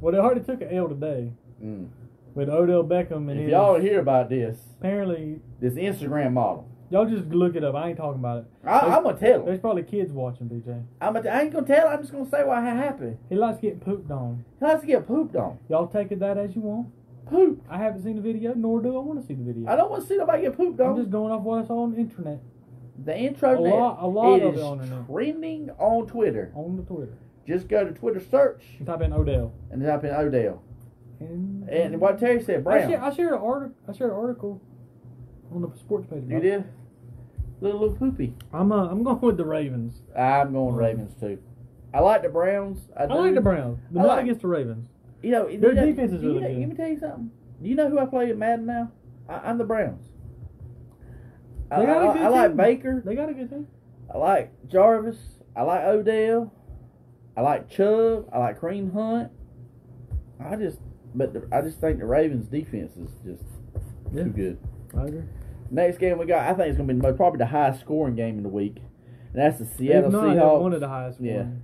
Speaker 1: Well, they already took an L today
Speaker 2: Mm.
Speaker 1: with Odell Beckham and
Speaker 2: If
Speaker 1: his.
Speaker 2: y'all hear about this,
Speaker 1: apparently,
Speaker 2: this Instagram model,
Speaker 1: y'all just look it up. I ain't talking about it.
Speaker 2: I,
Speaker 1: There's-
Speaker 2: I'm gonna tell him.
Speaker 1: There's probably kids watching BJ.
Speaker 2: I'm gonna, I ain't gonna tell. I'm just gonna say what happened.
Speaker 1: He likes getting pooped on.
Speaker 2: He likes to get pooped on.
Speaker 1: Y'all take it that as you want.
Speaker 2: Poop.
Speaker 1: I haven't seen the video, nor do I want to see the video.
Speaker 2: I don't want to see nobody get pooped
Speaker 1: I'm
Speaker 2: on.
Speaker 1: just going off what I saw on the internet,
Speaker 2: the intro.
Speaker 1: A lot- a lot of
Speaker 2: is
Speaker 1: it on the net.
Speaker 2: trending on Twitter.
Speaker 1: on the Twitter.
Speaker 2: Just go to Twitter search
Speaker 1: You type in Odell.
Speaker 2: and type in Odell.
Speaker 1: And,
Speaker 2: And what Terry said,
Speaker 1: I
Speaker 2: Brown.
Speaker 1: share, I shared an article. I shared an article on the sports page.
Speaker 2: you
Speaker 1: about-
Speaker 2: did. Little little poopy.
Speaker 1: I'm uh, I'm going with the Ravens.
Speaker 2: I'm going Ravens too. I like the Browns. I,
Speaker 1: I,
Speaker 2: do.
Speaker 1: like the Browns, but
Speaker 2: I
Speaker 1: not
Speaker 2: like-
Speaker 1: against the Ravens.
Speaker 2: You know,
Speaker 1: Their
Speaker 2: you know-
Speaker 1: defense is
Speaker 2: you
Speaker 1: really
Speaker 2: know-
Speaker 1: good.
Speaker 2: Let me tell you something. Do you know who I play at Madden now? I, I'm the Browns. I,
Speaker 1: They got a
Speaker 2: I-
Speaker 1: good
Speaker 2: I like
Speaker 1: team.
Speaker 2: Baker.
Speaker 1: They got a good team.
Speaker 2: I like Jarvis. I like Odell. I like Chubb. I like Cream Hunt. I just, but the, I just think the Ravens' defense is just
Speaker 1: Yeah.
Speaker 2: too good.
Speaker 1: I agree.
Speaker 2: Next game we got, I think it's going to be the most, probably the highest scoring game in the week, and that's the Seattle
Speaker 1: If not, they're
Speaker 2: Seahawks.
Speaker 1: one of the highest.
Speaker 2: Yeah.
Speaker 1: one.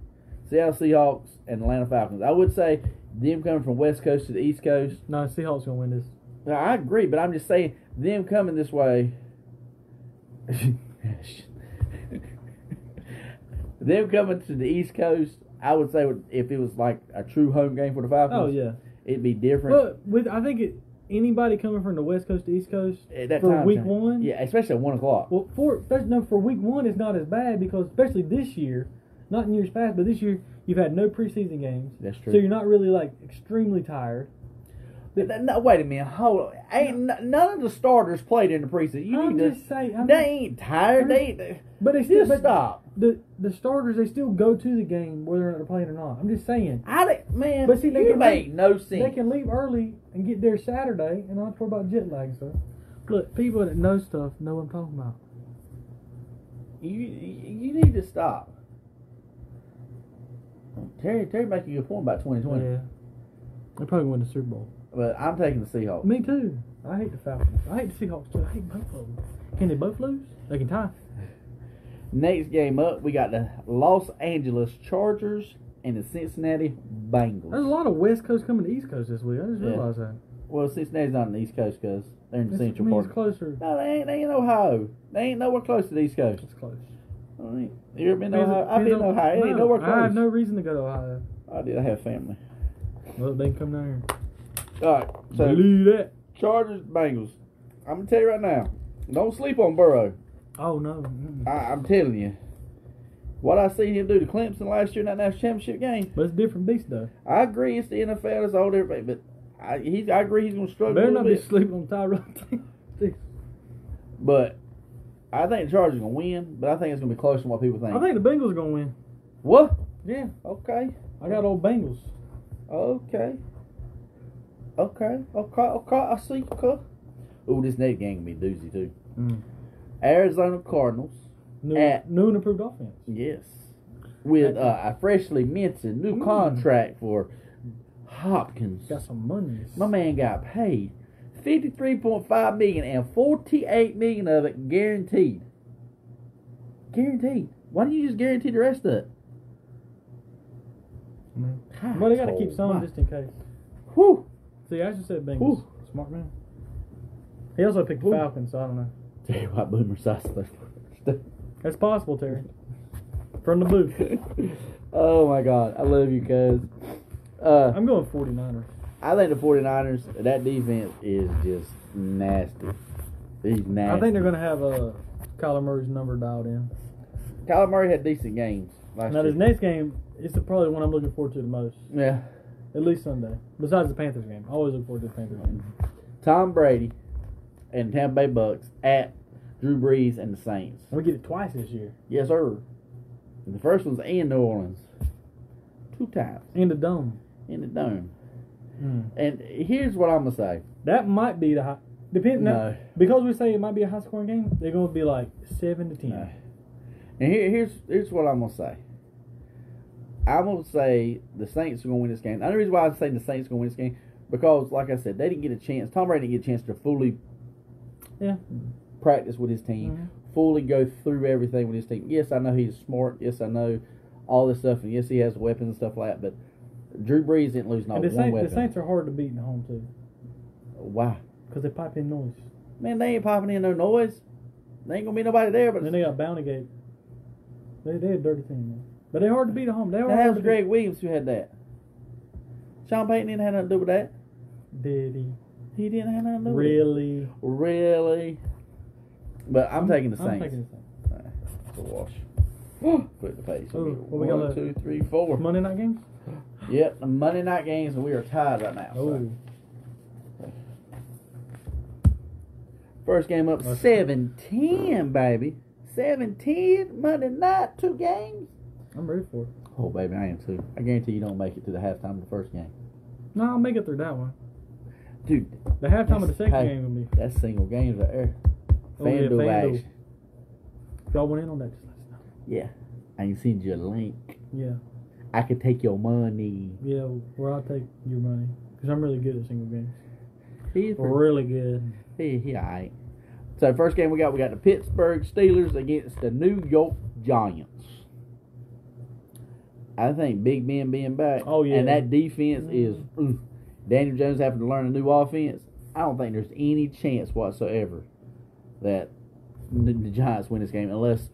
Speaker 2: Seattle Seahawks and Atlanta Falcons. I would say them coming from West Coast to the East Coast.
Speaker 1: No, Seahawks gonna win this.
Speaker 2: No, I agree, but I'm just saying them coming this way. them coming to the East Coast, I would say would- if it was like a true home game for the Falcons,
Speaker 1: Oh yeah.
Speaker 2: it'd be different.
Speaker 1: But with I think it, anybody coming from the West Coast to East Coast
Speaker 2: at that
Speaker 1: for
Speaker 2: time
Speaker 1: week
Speaker 2: frame.
Speaker 1: one.
Speaker 2: yeah, especially at one o'clock.
Speaker 1: Well, for there's no for week one is not as bad because especially this year, not in years past, but this year you've had no preseason games,
Speaker 2: That's
Speaker 1: so
Speaker 2: true.
Speaker 1: you're not really like extremely tired.
Speaker 2: no, no, wait a minute, hold on. Ain't n- none of the starters played in the preseason. You
Speaker 1: I'm
Speaker 2: need to.
Speaker 1: just saying. I'm
Speaker 2: they
Speaker 1: just-
Speaker 2: ain't tired.
Speaker 1: I'm
Speaker 2: They ain't,
Speaker 1: but they still
Speaker 2: just
Speaker 1: but
Speaker 2: stop.
Speaker 1: the the starters they still go to the game whether or not they're playing or not. I'm just saying
Speaker 2: I didn't- man.
Speaker 1: But see, they
Speaker 2: you
Speaker 1: can
Speaker 2: make
Speaker 1: leave-
Speaker 2: no sense.
Speaker 1: they can leave early and get there Saturday and not worry about jet lag and stuff. Look, people that know stuff know what I'm talking about.
Speaker 2: You you need to stop. Terry Terry making a good point about twenty twenty,
Speaker 1: Yeah, they probably win the Super Bowl.
Speaker 2: but I'm taking the Seahawks.
Speaker 1: Me too. I hate the Falcons. I hate the Seahawks too. I hate both of them. Can they both lose? They can tie.
Speaker 2: Next game up, we got the Los Angeles Chargers and the Cincinnati
Speaker 1: There's a
Speaker 2: Bengals.
Speaker 1: lot of West Coast coming to East Coast this week. I just
Speaker 2: Yeah.
Speaker 1: realized that.
Speaker 2: Well, Cincinnati's not on the East Coast because they're in
Speaker 1: It's-
Speaker 2: Central
Speaker 1: I mean, it's
Speaker 2: Park.
Speaker 1: closer.
Speaker 2: No, they ain't. They ain't in Ohio. They ain't nowhere close to the East Coast.
Speaker 1: It's close.
Speaker 2: I ain't. You ever been to
Speaker 1: Depends-
Speaker 2: Ohio? I've been
Speaker 1: depends
Speaker 2: to
Speaker 1: on-
Speaker 2: Ohio. It
Speaker 1: no,
Speaker 2: ain't nowhere
Speaker 1: I have no
Speaker 2: close.
Speaker 1: reason to go to Ohio.
Speaker 2: I did. I have family.
Speaker 1: Well, they can come down here.
Speaker 2: All right. So
Speaker 1: Believe that.
Speaker 2: Chargers, Bengals. I'm gonna tell you right now. Don't sleep on Burrow.
Speaker 1: Oh no. Mm-mm.
Speaker 2: I, I'm telling you. What I seen him do to Clemson last year in that national championship game.
Speaker 1: But it's a different beast though.
Speaker 2: I agree it's the NFL. It's all different, but I, he's, I agree he's gonna struggle.
Speaker 1: Better
Speaker 2: a
Speaker 1: not
Speaker 2: little
Speaker 1: be
Speaker 2: bit.
Speaker 1: sleeping on Tyrod. Taylor.
Speaker 2: But I think the Chargers are gonna win, but I think it's gonna be closer than what people think.
Speaker 1: I think the Bengals are gonna win.
Speaker 2: what?
Speaker 1: Yeah,
Speaker 2: Okay.
Speaker 1: I got old Bengals.
Speaker 2: Okay. Okay. Okay. Okay. I see. Okay. Ooh, this next game gonna be a doozy too. Arizona Cardinals.
Speaker 1: New,
Speaker 2: Mm. Eh.
Speaker 1: new and improved offense.
Speaker 2: Yes. With uh, a freshly minted new
Speaker 1: Mm.
Speaker 2: contract for Hopkins.
Speaker 1: Got some money.
Speaker 2: My man got paid fifty-three point five million, and forty-eight million of it guaranteed. Guaranteed. Why don't you just guarantee the rest of it?
Speaker 1: Man. Well, Mm-hmm. they got to keep some
Speaker 2: oh My-
Speaker 1: just in case.
Speaker 2: Whew.
Speaker 1: See, I just said Bengals.
Speaker 2: Whew.
Speaker 1: Smart man. He also picked the
Speaker 2: Whew.
Speaker 1: Falcons, so I don't know.
Speaker 2: Tell you what, boomer size
Speaker 1: That's possible, Terry. From the booth.
Speaker 2: Oh my god, I love you, cuz. Uh,
Speaker 1: I'm going 49ers.
Speaker 2: I think the 49ers, that defense is just nasty. He's nasty.
Speaker 1: I think they're going to have uh, Kyler Murray's number dialed in.
Speaker 2: Kyler Murray had decent games last
Speaker 1: Now,
Speaker 2: year.
Speaker 1: this next game is the, probably the one I'm looking forward to the most,
Speaker 2: yeah.
Speaker 1: at least Sunday. Besides the Panthers game, I always look forward to the Panthers game.
Speaker 2: Tom Brady and Tampa Bay Bucks at Drew Brees and the Saints.
Speaker 1: And we get it twice this year
Speaker 2: Yes, sir. And the first one's in New Orleans. Two times
Speaker 1: in the dome.
Speaker 2: in the dome.
Speaker 1: Mm.
Speaker 2: And here's what I'm going to say.
Speaker 1: That might be the high. Depend
Speaker 2: No.
Speaker 1: now, because we say it might be a high scoring game. They're going to be like seven to ten.
Speaker 2: No. And here, here's here's what I'm gonna say. I'm gonna say the Saints are gonna win this game. The only reason why I'm saying the Saints are gonna win this game because, like I said, they didn't get a chance. Tom Brady didn't get a chance to fully
Speaker 1: Yeah,
Speaker 2: practice with his team,
Speaker 1: Mm-hmm.
Speaker 2: fully go through everything with his team. Yes, I know he's smart. Yes, I know all this stuff, and yes, he has weapons and stuff like that. But Drew Brees didn't lose not
Speaker 1: and the,
Speaker 2: one
Speaker 1: Saints,
Speaker 2: weapon.
Speaker 1: the Saints are hard to beat in the home too
Speaker 2: Why?
Speaker 1: because they pipe in noise.
Speaker 2: Man, they ain't popping in no noise. They ain't gonna be nobody there. But
Speaker 1: And then they got Bounty Gate. They they a dirty team, man. But they're hard to beat at home. They are
Speaker 2: that
Speaker 1: hard
Speaker 2: was
Speaker 1: to
Speaker 2: Greg Williams who had that. Sean Payton didn't have nothing to do with that.
Speaker 1: beat. Did he
Speaker 2: He didn't have nothing to do with it.
Speaker 1: really?
Speaker 2: Really? But I'm, taking the Saints.
Speaker 1: I'm taking the Saints.
Speaker 2: It's a wash. Quit the pace.
Speaker 1: Ooh, what we got
Speaker 2: One,
Speaker 1: left?
Speaker 2: two, three, four.
Speaker 1: Monday night games.
Speaker 2: Yep, the Monday night games, and we are tied right now. so.
Speaker 1: Oh,
Speaker 2: First game up,
Speaker 1: Let's-
Speaker 2: 7-10, baby. 7-10, Monday night, two games.
Speaker 1: I'm ready for it.
Speaker 2: Oh, baby, I am too. I guarantee you don't make it to the halftime of the first game.
Speaker 1: No, I'll make it through that one.
Speaker 2: Dude,
Speaker 1: The halftime of the
Speaker 2: That's-
Speaker 1: second
Speaker 2: hey.
Speaker 1: game will be.
Speaker 2: that's single games right there.
Speaker 1: Oh, yeah,
Speaker 2: FanDuel
Speaker 1: FanDuel.
Speaker 2: action.
Speaker 1: If y'all went in on that, just let us know.
Speaker 2: Yeah. I can send you a link.
Speaker 1: Yeah,
Speaker 2: I can take your money.
Speaker 1: yeah. Where I'll take your money because I'm really good at single games.
Speaker 2: He's pretty-
Speaker 1: Really good.
Speaker 2: He, he all right. So first game we got, we got the Pittsburgh Steelers against the New York Giants. I think Big Ben being back.
Speaker 1: Oh, yeah. Mm-hmm.
Speaker 2: And that defense is. oof. Daniel Jones having to learn a new offense. I don't think there's any chance whatsoever that the, the Giants win this game unless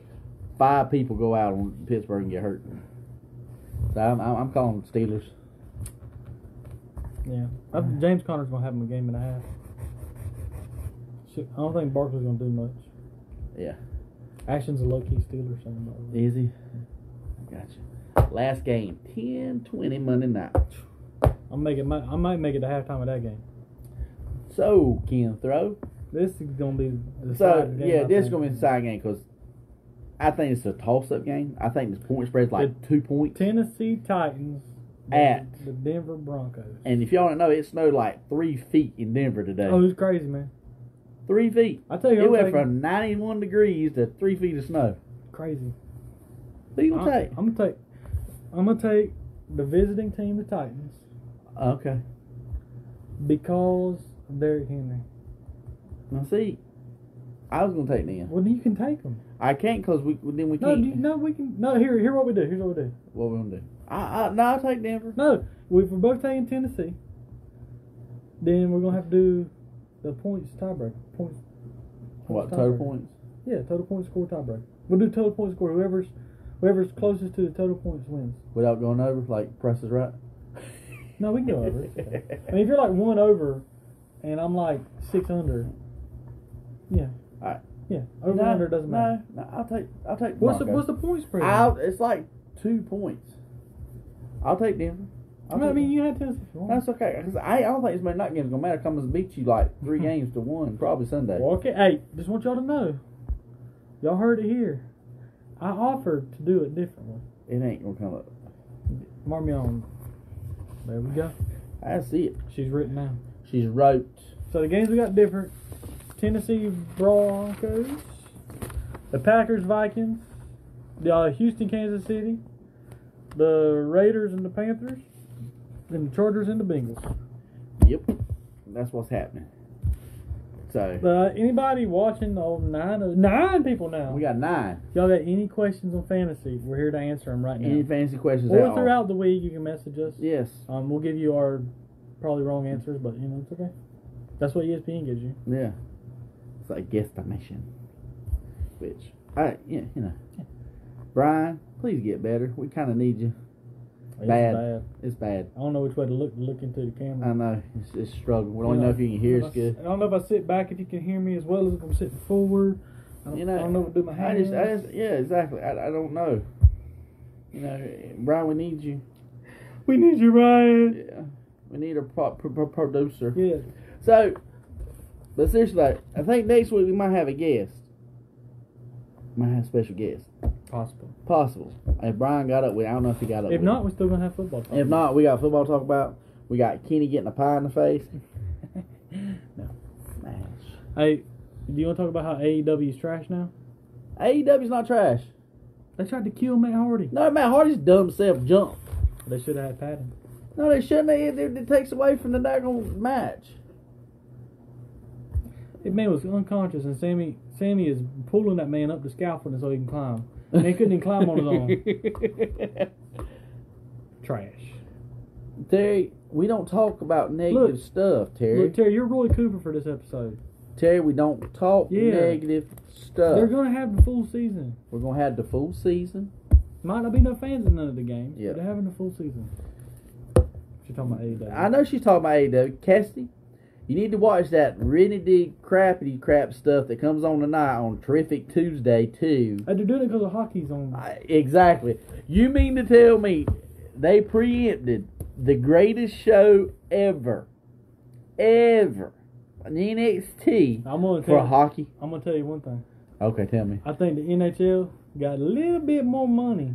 Speaker 2: five people go out on Pittsburgh and get hurt. So I'm, I'm, I'm calling Steelers.
Speaker 1: Yeah, I think James Conner's gonna have him a game and a half. Shit, I don't think Barkley's gonna do much.
Speaker 2: Yeah.
Speaker 1: Action's a low key Steelers thing, by the way.
Speaker 2: Easy. Gotcha. Last game, 10-20 Monday night.
Speaker 1: I'm making my, I might make it to halftime of that game.
Speaker 2: So Ken throw.
Speaker 1: This is gonna be the
Speaker 2: So
Speaker 1: side game,
Speaker 2: yeah,
Speaker 1: I
Speaker 2: this
Speaker 1: think.
Speaker 2: is gonna be a side game because I think it's a toss-up game. I think the point spread's like two points.
Speaker 1: Tennessee Titans
Speaker 2: At-
Speaker 1: the Denver Broncos.
Speaker 2: And if y'all don't know, it snowed like three feet in Denver today.
Speaker 1: Oh, it's crazy, man.
Speaker 2: Three feet.
Speaker 1: I tell you,
Speaker 2: It
Speaker 1: I'm
Speaker 2: went
Speaker 1: taking-
Speaker 2: from 91 degrees to three feet of snow.
Speaker 1: crazy.
Speaker 2: Who you gonna
Speaker 1: I'm,
Speaker 2: take?
Speaker 1: I'm gonna take, I'm gonna take the visiting team, the Titans,
Speaker 2: Okay.
Speaker 1: because of Derrick Henry.
Speaker 2: Now see, I I was gonna take Nia.
Speaker 1: Well, then you can take them.
Speaker 2: I can't cause we then we
Speaker 1: No,
Speaker 2: can't.
Speaker 1: you, no, we can. No, here, here, what we do. Here's what we do.
Speaker 2: What we gonna do? I, I no, I'll take Denver.
Speaker 1: No, we, if we're both taking Tennessee, then we're gonna have to do the points tiebreaker. Points.
Speaker 2: What
Speaker 1: tiebreaker.
Speaker 2: total points?
Speaker 1: Yeah, total points score tiebreaker. We'll do total points score. Whoever's whoever's closest to the total points wins.
Speaker 2: Without going over, like price is right.
Speaker 1: No, we can go over. It's okay. I mean, if you're like one over, and I'm like six under. Yeah.
Speaker 2: Alright.
Speaker 1: Yeah, over
Speaker 2: no,
Speaker 1: under doesn't matter.
Speaker 2: No, no, I'll take I'll take.
Speaker 1: What's the
Speaker 2: Broncos.
Speaker 1: what's the point spread?
Speaker 2: I'll, it's like two points. I'll take Denver.
Speaker 1: I
Speaker 2: I'll
Speaker 1: mean, I
Speaker 2: take
Speaker 1: mean,
Speaker 2: Denver.
Speaker 1: you had Tennessee. if you want.
Speaker 2: That's okay. 'cause I, I don't think this man not game's gonna matter. Come and beat you like three games to one, probably Sunday.
Speaker 1: Well, okay. Hey, just want y'all to know. Y'all heard it here. I offered to do it differently.
Speaker 2: It ain't gonna come up.
Speaker 1: Mark me on. There we go.
Speaker 2: I see it.
Speaker 1: She's written down.
Speaker 2: She's wrote.
Speaker 1: So the games we got different. Tennessee Broncos. The Packers Vikings. The uh, Houston Kansas City. The Raiders and the Panthers. And the Chargers and the Bengals.
Speaker 2: Yep, that's what's happening. So
Speaker 1: Uh, anybody watching? Oh, nine of, nine people now.
Speaker 2: we got nine.
Speaker 1: Y'all got any questions on fantasy? We're here to answer them right now.
Speaker 2: Any fancy questions? at
Speaker 1: or
Speaker 2: all?
Speaker 1: throughout the week, you can message us.
Speaker 2: Yes.
Speaker 1: Um, we'll give you our probably wrong answers, but you know it's okay. That's what E ESPN gives you.
Speaker 2: Yeah. It's like guesstimation. Which I yeah you know. Brian, please get better. We kind of need you.
Speaker 1: It's
Speaker 2: Bad. It's bad.
Speaker 1: I don't know which way to look look into the
Speaker 2: I
Speaker 1: camera.
Speaker 2: know it's, it's struggle. We don't know if you can hear us good.
Speaker 1: I don't know if I sit back if you can hear me as well as if I'm sitting forward. I don't,
Speaker 2: You know,
Speaker 1: I don't know what to do with my hands.
Speaker 2: I just, I just, yeah, exactly. I, I don't know. You know, Brian, we need you.
Speaker 1: we need you, Ryan.
Speaker 2: Yeah, we need a pro- pro- pro- producer.
Speaker 1: Yeah.
Speaker 2: So, but seriously, though, I think next week we might have a guest. Might have a special guest,
Speaker 1: Possible.
Speaker 2: possible. If Brian got up with, I don't know if he got up.
Speaker 1: If
Speaker 2: with.
Speaker 1: not, we're still gonna have football. Talk.
Speaker 2: if not, we got football to talk about. We got Kenny getting a pie in the face. no, Nash.
Speaker 1: hey, do you want to talk about how AEW is trash now?
Speaker 2: AEW's E not trash.
Speaker 1: They tried to kill Matt Hardy.
Speaker 2: No, Matt Hardy's dumb self jumped.
Speaker 1: They should have had Patton.
Speaker 2: No, they shouldn't. It, it, it takes away from the daggone match.
Speaker 1: That man was unconscious, and Sammy Sammy is pulling that man up the scaffolding so he can climb. And he couldn't even climb on his own.
Speaker 2: own.
Speaker 1: Trash.
Speaker 2: Terry, we don't talk about negative
Speaker 1: Look.
Speaker 2: stuff, Terry.
Speaker 1: Look, Terry, you're Roy Cooper for this episode.
Speaker 2: Terry, we don't talk
Speaker 1: Yeah.
Speaker 2: negative stuff.
Speaker 1: They're gonna have the full season.
Speaker 2: We're gonna have the full season.
Speaker 1: Might not be no fans in none of the games,
Speaker 2: Yeah.
Speaker 1: but they're having the full season. She's talking about AEW.
Speaker 2: I know she's talking about AEW. Cassidy, you need to watch that really deep crappity crap stuff that comes on tonight on Terrific Tuesday too.
Speaker 1: Hey, They're doing it because the hockey's on.
Speaker 2: I, exactly. You mean to tell me they preempted the greatest show ever, ever, on NXT
Speaker 1: I'm gonna
Speaker 2: for
Speaker 1: tell. You,
Speaker 2: hockey?
Speaker 1: I'm gonna tell you one thing.
Speaker 2: Okay, tell me.
Speaker 1: I think the NHL got a little bit more money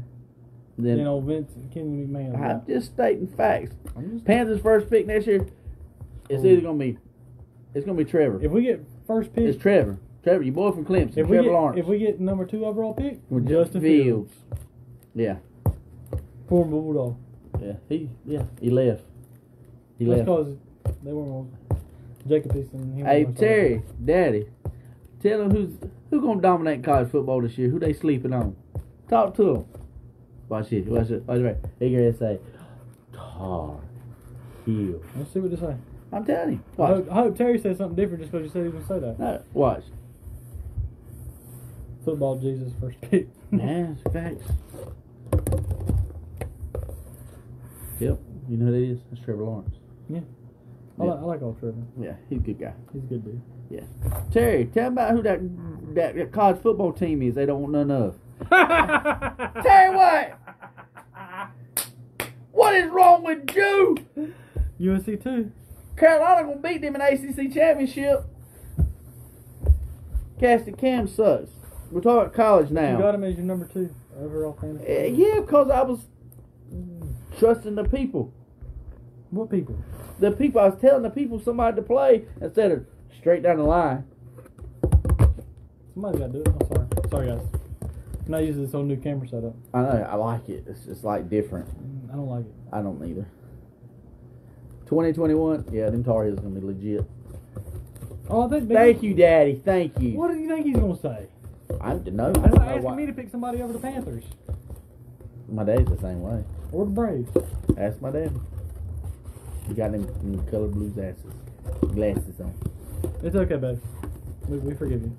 Speaker 2: Then
Speaker 1: than old Vince Kenny McMahon.
Speaker 2: I'm
Speaker 1: got.
Speaker 2: just stating facts.
Speaker 1: I'm just-
Speaker 2: Panthers first pick next year. It's
Speaker 1: Cool.
Speaker 2: either gonna be, it's gonna be Trevor.
Speaker 1: If we get first pick,
Speaker 2: It's Trevor. Trevor, your boy from Clemson.
Speaker 1: If we,
Speaker 2: Trevor
Speaker 1: get,
Speaker 2: Lawrence.
Speaker 1: if we get number two overall pick,
Speaker 2: With
Speaker 1: Justin
Speaker 2: Fields.
Speaker 1: Fields,
Speaker 2: yeah,
Speaker 1: former Bulldog.
Speaker 2: yeah, he, yeah, he left. He
Speaker 1: That's
Speaker 2: left.
Speaker 1: because they weren't on Jacob Easton. he
Speaker 2: Hey
Speaker 1: wasn't on
Speaker 2: Terry, Daddy, tell them who's who gonna dominate college football this year. Who they sleeping on? Talk to them. Watch it. Watch it. Watch it. They gonna say, Tar Heel.
Speaker 1: Saturday. Let's see what they say.
Speaker 2: I'm telling you.
Speaker 1: I
Speaker 2: Watch.
Speaker 1: hope, I hope Terry says something different just because you said he was going to say that.
Speaker 2: No, watch.
Speaker 1: Football Jesus first pick.
Speaker 2: Yeah, it's facts. Yep. You know who that is? That's Trevor Lawrence.
Speaker 1: I, like, I like old Trevor.
Speaker 2: Yeah, he's a good guy.
Speaker 1: He's a good dude.
Speaker 2: Terry, tell them about who that that, that college football team is. They don't want none of. Terry, what? What is wrong with you?
Speaker 1: USC too.
Speaker 2: Carolina gonna beat them in ACC championship. Casting Cam sucks. We're talking about college
Speaker 1: You got
Speaker 2: now.
Speaker 1: him as your number two overall fantasy.
Speaker 2: Uh, yeah, because I was trusting the people.
Speaker 1: What people?
Speaker 2: The people I was telling the people somebody to play instead of straight down the line.
Speaker 1: Somebody's got to do it. I'm sorry. Sorry, guys. I'm not using this whole new camera setup.
Speaker 2: I know I like it. It's just like different.
Speaker 1: Mm, I don't like it.
Speaker 2: I don't either. 2021, yeah, them Tar Heels gonna be legit.
Speaker 1: Oh, I think they-
Speaker 2: Thank you, Daddy. Thank you.
Speaker 1: What do you think he's gonna say?
Speaker 2: I don't know. I
Speaker 1: That's like
Speaker 2: don't know
Speaker 1: asking me
Speaker 2: why.
Speaker 1: to pick somebody over the Panthers
Speaker 2: My dad's the same way.
Speaker 1: or the Braves.
Speaker 2: Ask my daddy. He got them, them color blues asses, glasses on.
Speaker 1: It's okay, babe. We, we forgive you.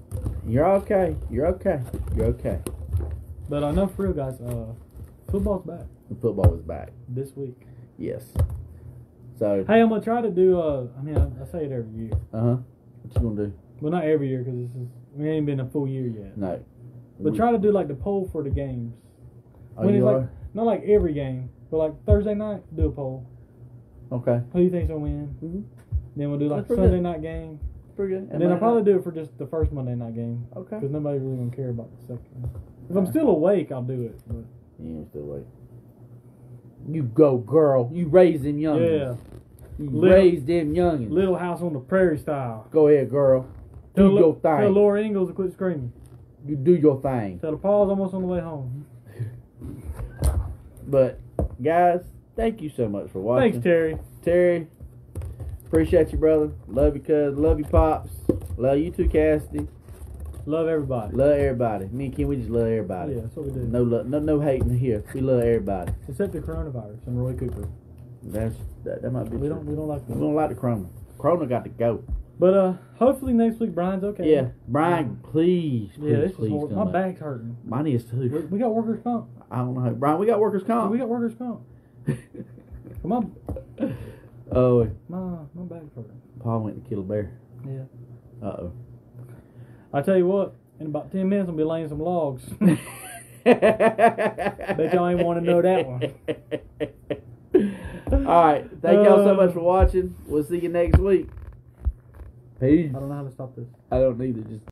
Speaker 2: You're okay. You're okay. You're okay.
Speaker 1: But I know for real, guys. Uh, football's back
Speaker 2: The football is back.
Speaker 1: this week.
Speaker 2: Yes. So.
Speaker 1: Hey, um, I'm gonna try to do. Uh, I mean, I, I say it every year.
Speaker 2: Uh huh. What you gonna do?
Speaker 1: Well, not every year because this is we ain't been a full year yet.
Speaker 2: No.
Speaker 1: But
Speaker 2: We-
Speaker 1: try to do like the poll for the games.
Speaker 2: Oh,
Speaker 1: when
Speaker 2: you
Speaker 1: it's
Speaker 2: are?
Speaker 1: like not like every game, but like Thursday night, do a poll.
Speaker 2: okay.
Speaker 1: Who do you think's gonna win?
Speaker 2: Mm-hmm.
Speaker 1: Then we'll do like
Speaker 2: That's pretty
Speaker 1: Sunday
Speaker 2: good.
Speaker 1: night game.
Speaker 2: Pretty good.
Speaker 1: And then I'll probably do it for just the first Monday night game.
Speaker 2: Okay.
Speaker 1: Because nobody really gonna care about the second. one. If I'm
Speaker 2: Alright.
Speaker 1: still awake, I'll do it. But
Speaker 2: Yeah, I'm still wait. You go, girl. You raise them
Speaker 1: yeah,
Speaker 2: youngins. You
Speaker 1: Little-
Speaker 2: raise them youngins.
Speaker 1: Little House on the Prairie style.
Speaker 2: Go ahead, girl. Do
Speaker 1: Tell,
Speaker 2: your
Speaker 1: Lo- tell
Speaker 2: thing.
Speaker 1: Laura Ingalls to quit screaming.
Speaker 2: You do your thing.
Speaker 1: Tell the Paul's almost on the way home.
Speaker 2: But guys, thank you so much for watching.
Speaker 1: Thanks, Terry.
Speaker 2: Terry, appreciate you, brother. Love you, cuz. Love you, pops. Love you too, Cassidy.
Speaker 1: Love everybody.
Speaker 2: Love everybody. Me and Kim, we just love everybody.
Speaker 1: yeah, that's what we do.
Speaker 2: No, lo- no, no hating here. We love everybody.
Speaker 1: Except the coronavirus and Roy Cooper.
Speaker 2: That's that. That might be.
Speaker 1: We
Speaker 2: true.
Speaker 1: don't we don't like
Speaker 2: We
Speaker 1: that.
Speaker 2: don't like the Corona. Corona got to go.
Speaker 1: But uh, hopefully next week Brian's okay.
Speaker 2: Yeah, Brian, please, please,
Speaker 1: Yeah, this is
Speaker 2: please
Speaker 1: horrible.
Speaker 2: come
Speaker 1: My
Speaker 2: up.
Speaker 1: back's hurting.
Speaker 2: Mine is
Speaker 1: We,
Speaker 2: too.
Speaker 1: we got workers comp.
Speaker 2: I don't know, how, Brian. We got workers' comp.
Speaker 1: We got workers comp. My
Speaker 2: oh,
Speaker 1: my my back's hurting.
Speaker 2: Paul went to kill a bear.
Speaker 1: Yeah.
Speaker 2: Uh oh.
Speaker 1: I tell you what, in about ten minutes I'll be laying some logs.
Speaker 2: Bet
Speaker 1: y'all ain't wanna know that one.
Speaker 2: All right, thank y'all so
Speaker 1: Uh,
Speaker 2: much for watching. We'll see you next week. Peace.
Speaker 1: I don't know how to stop this.
Speaker 2: I don't need to just.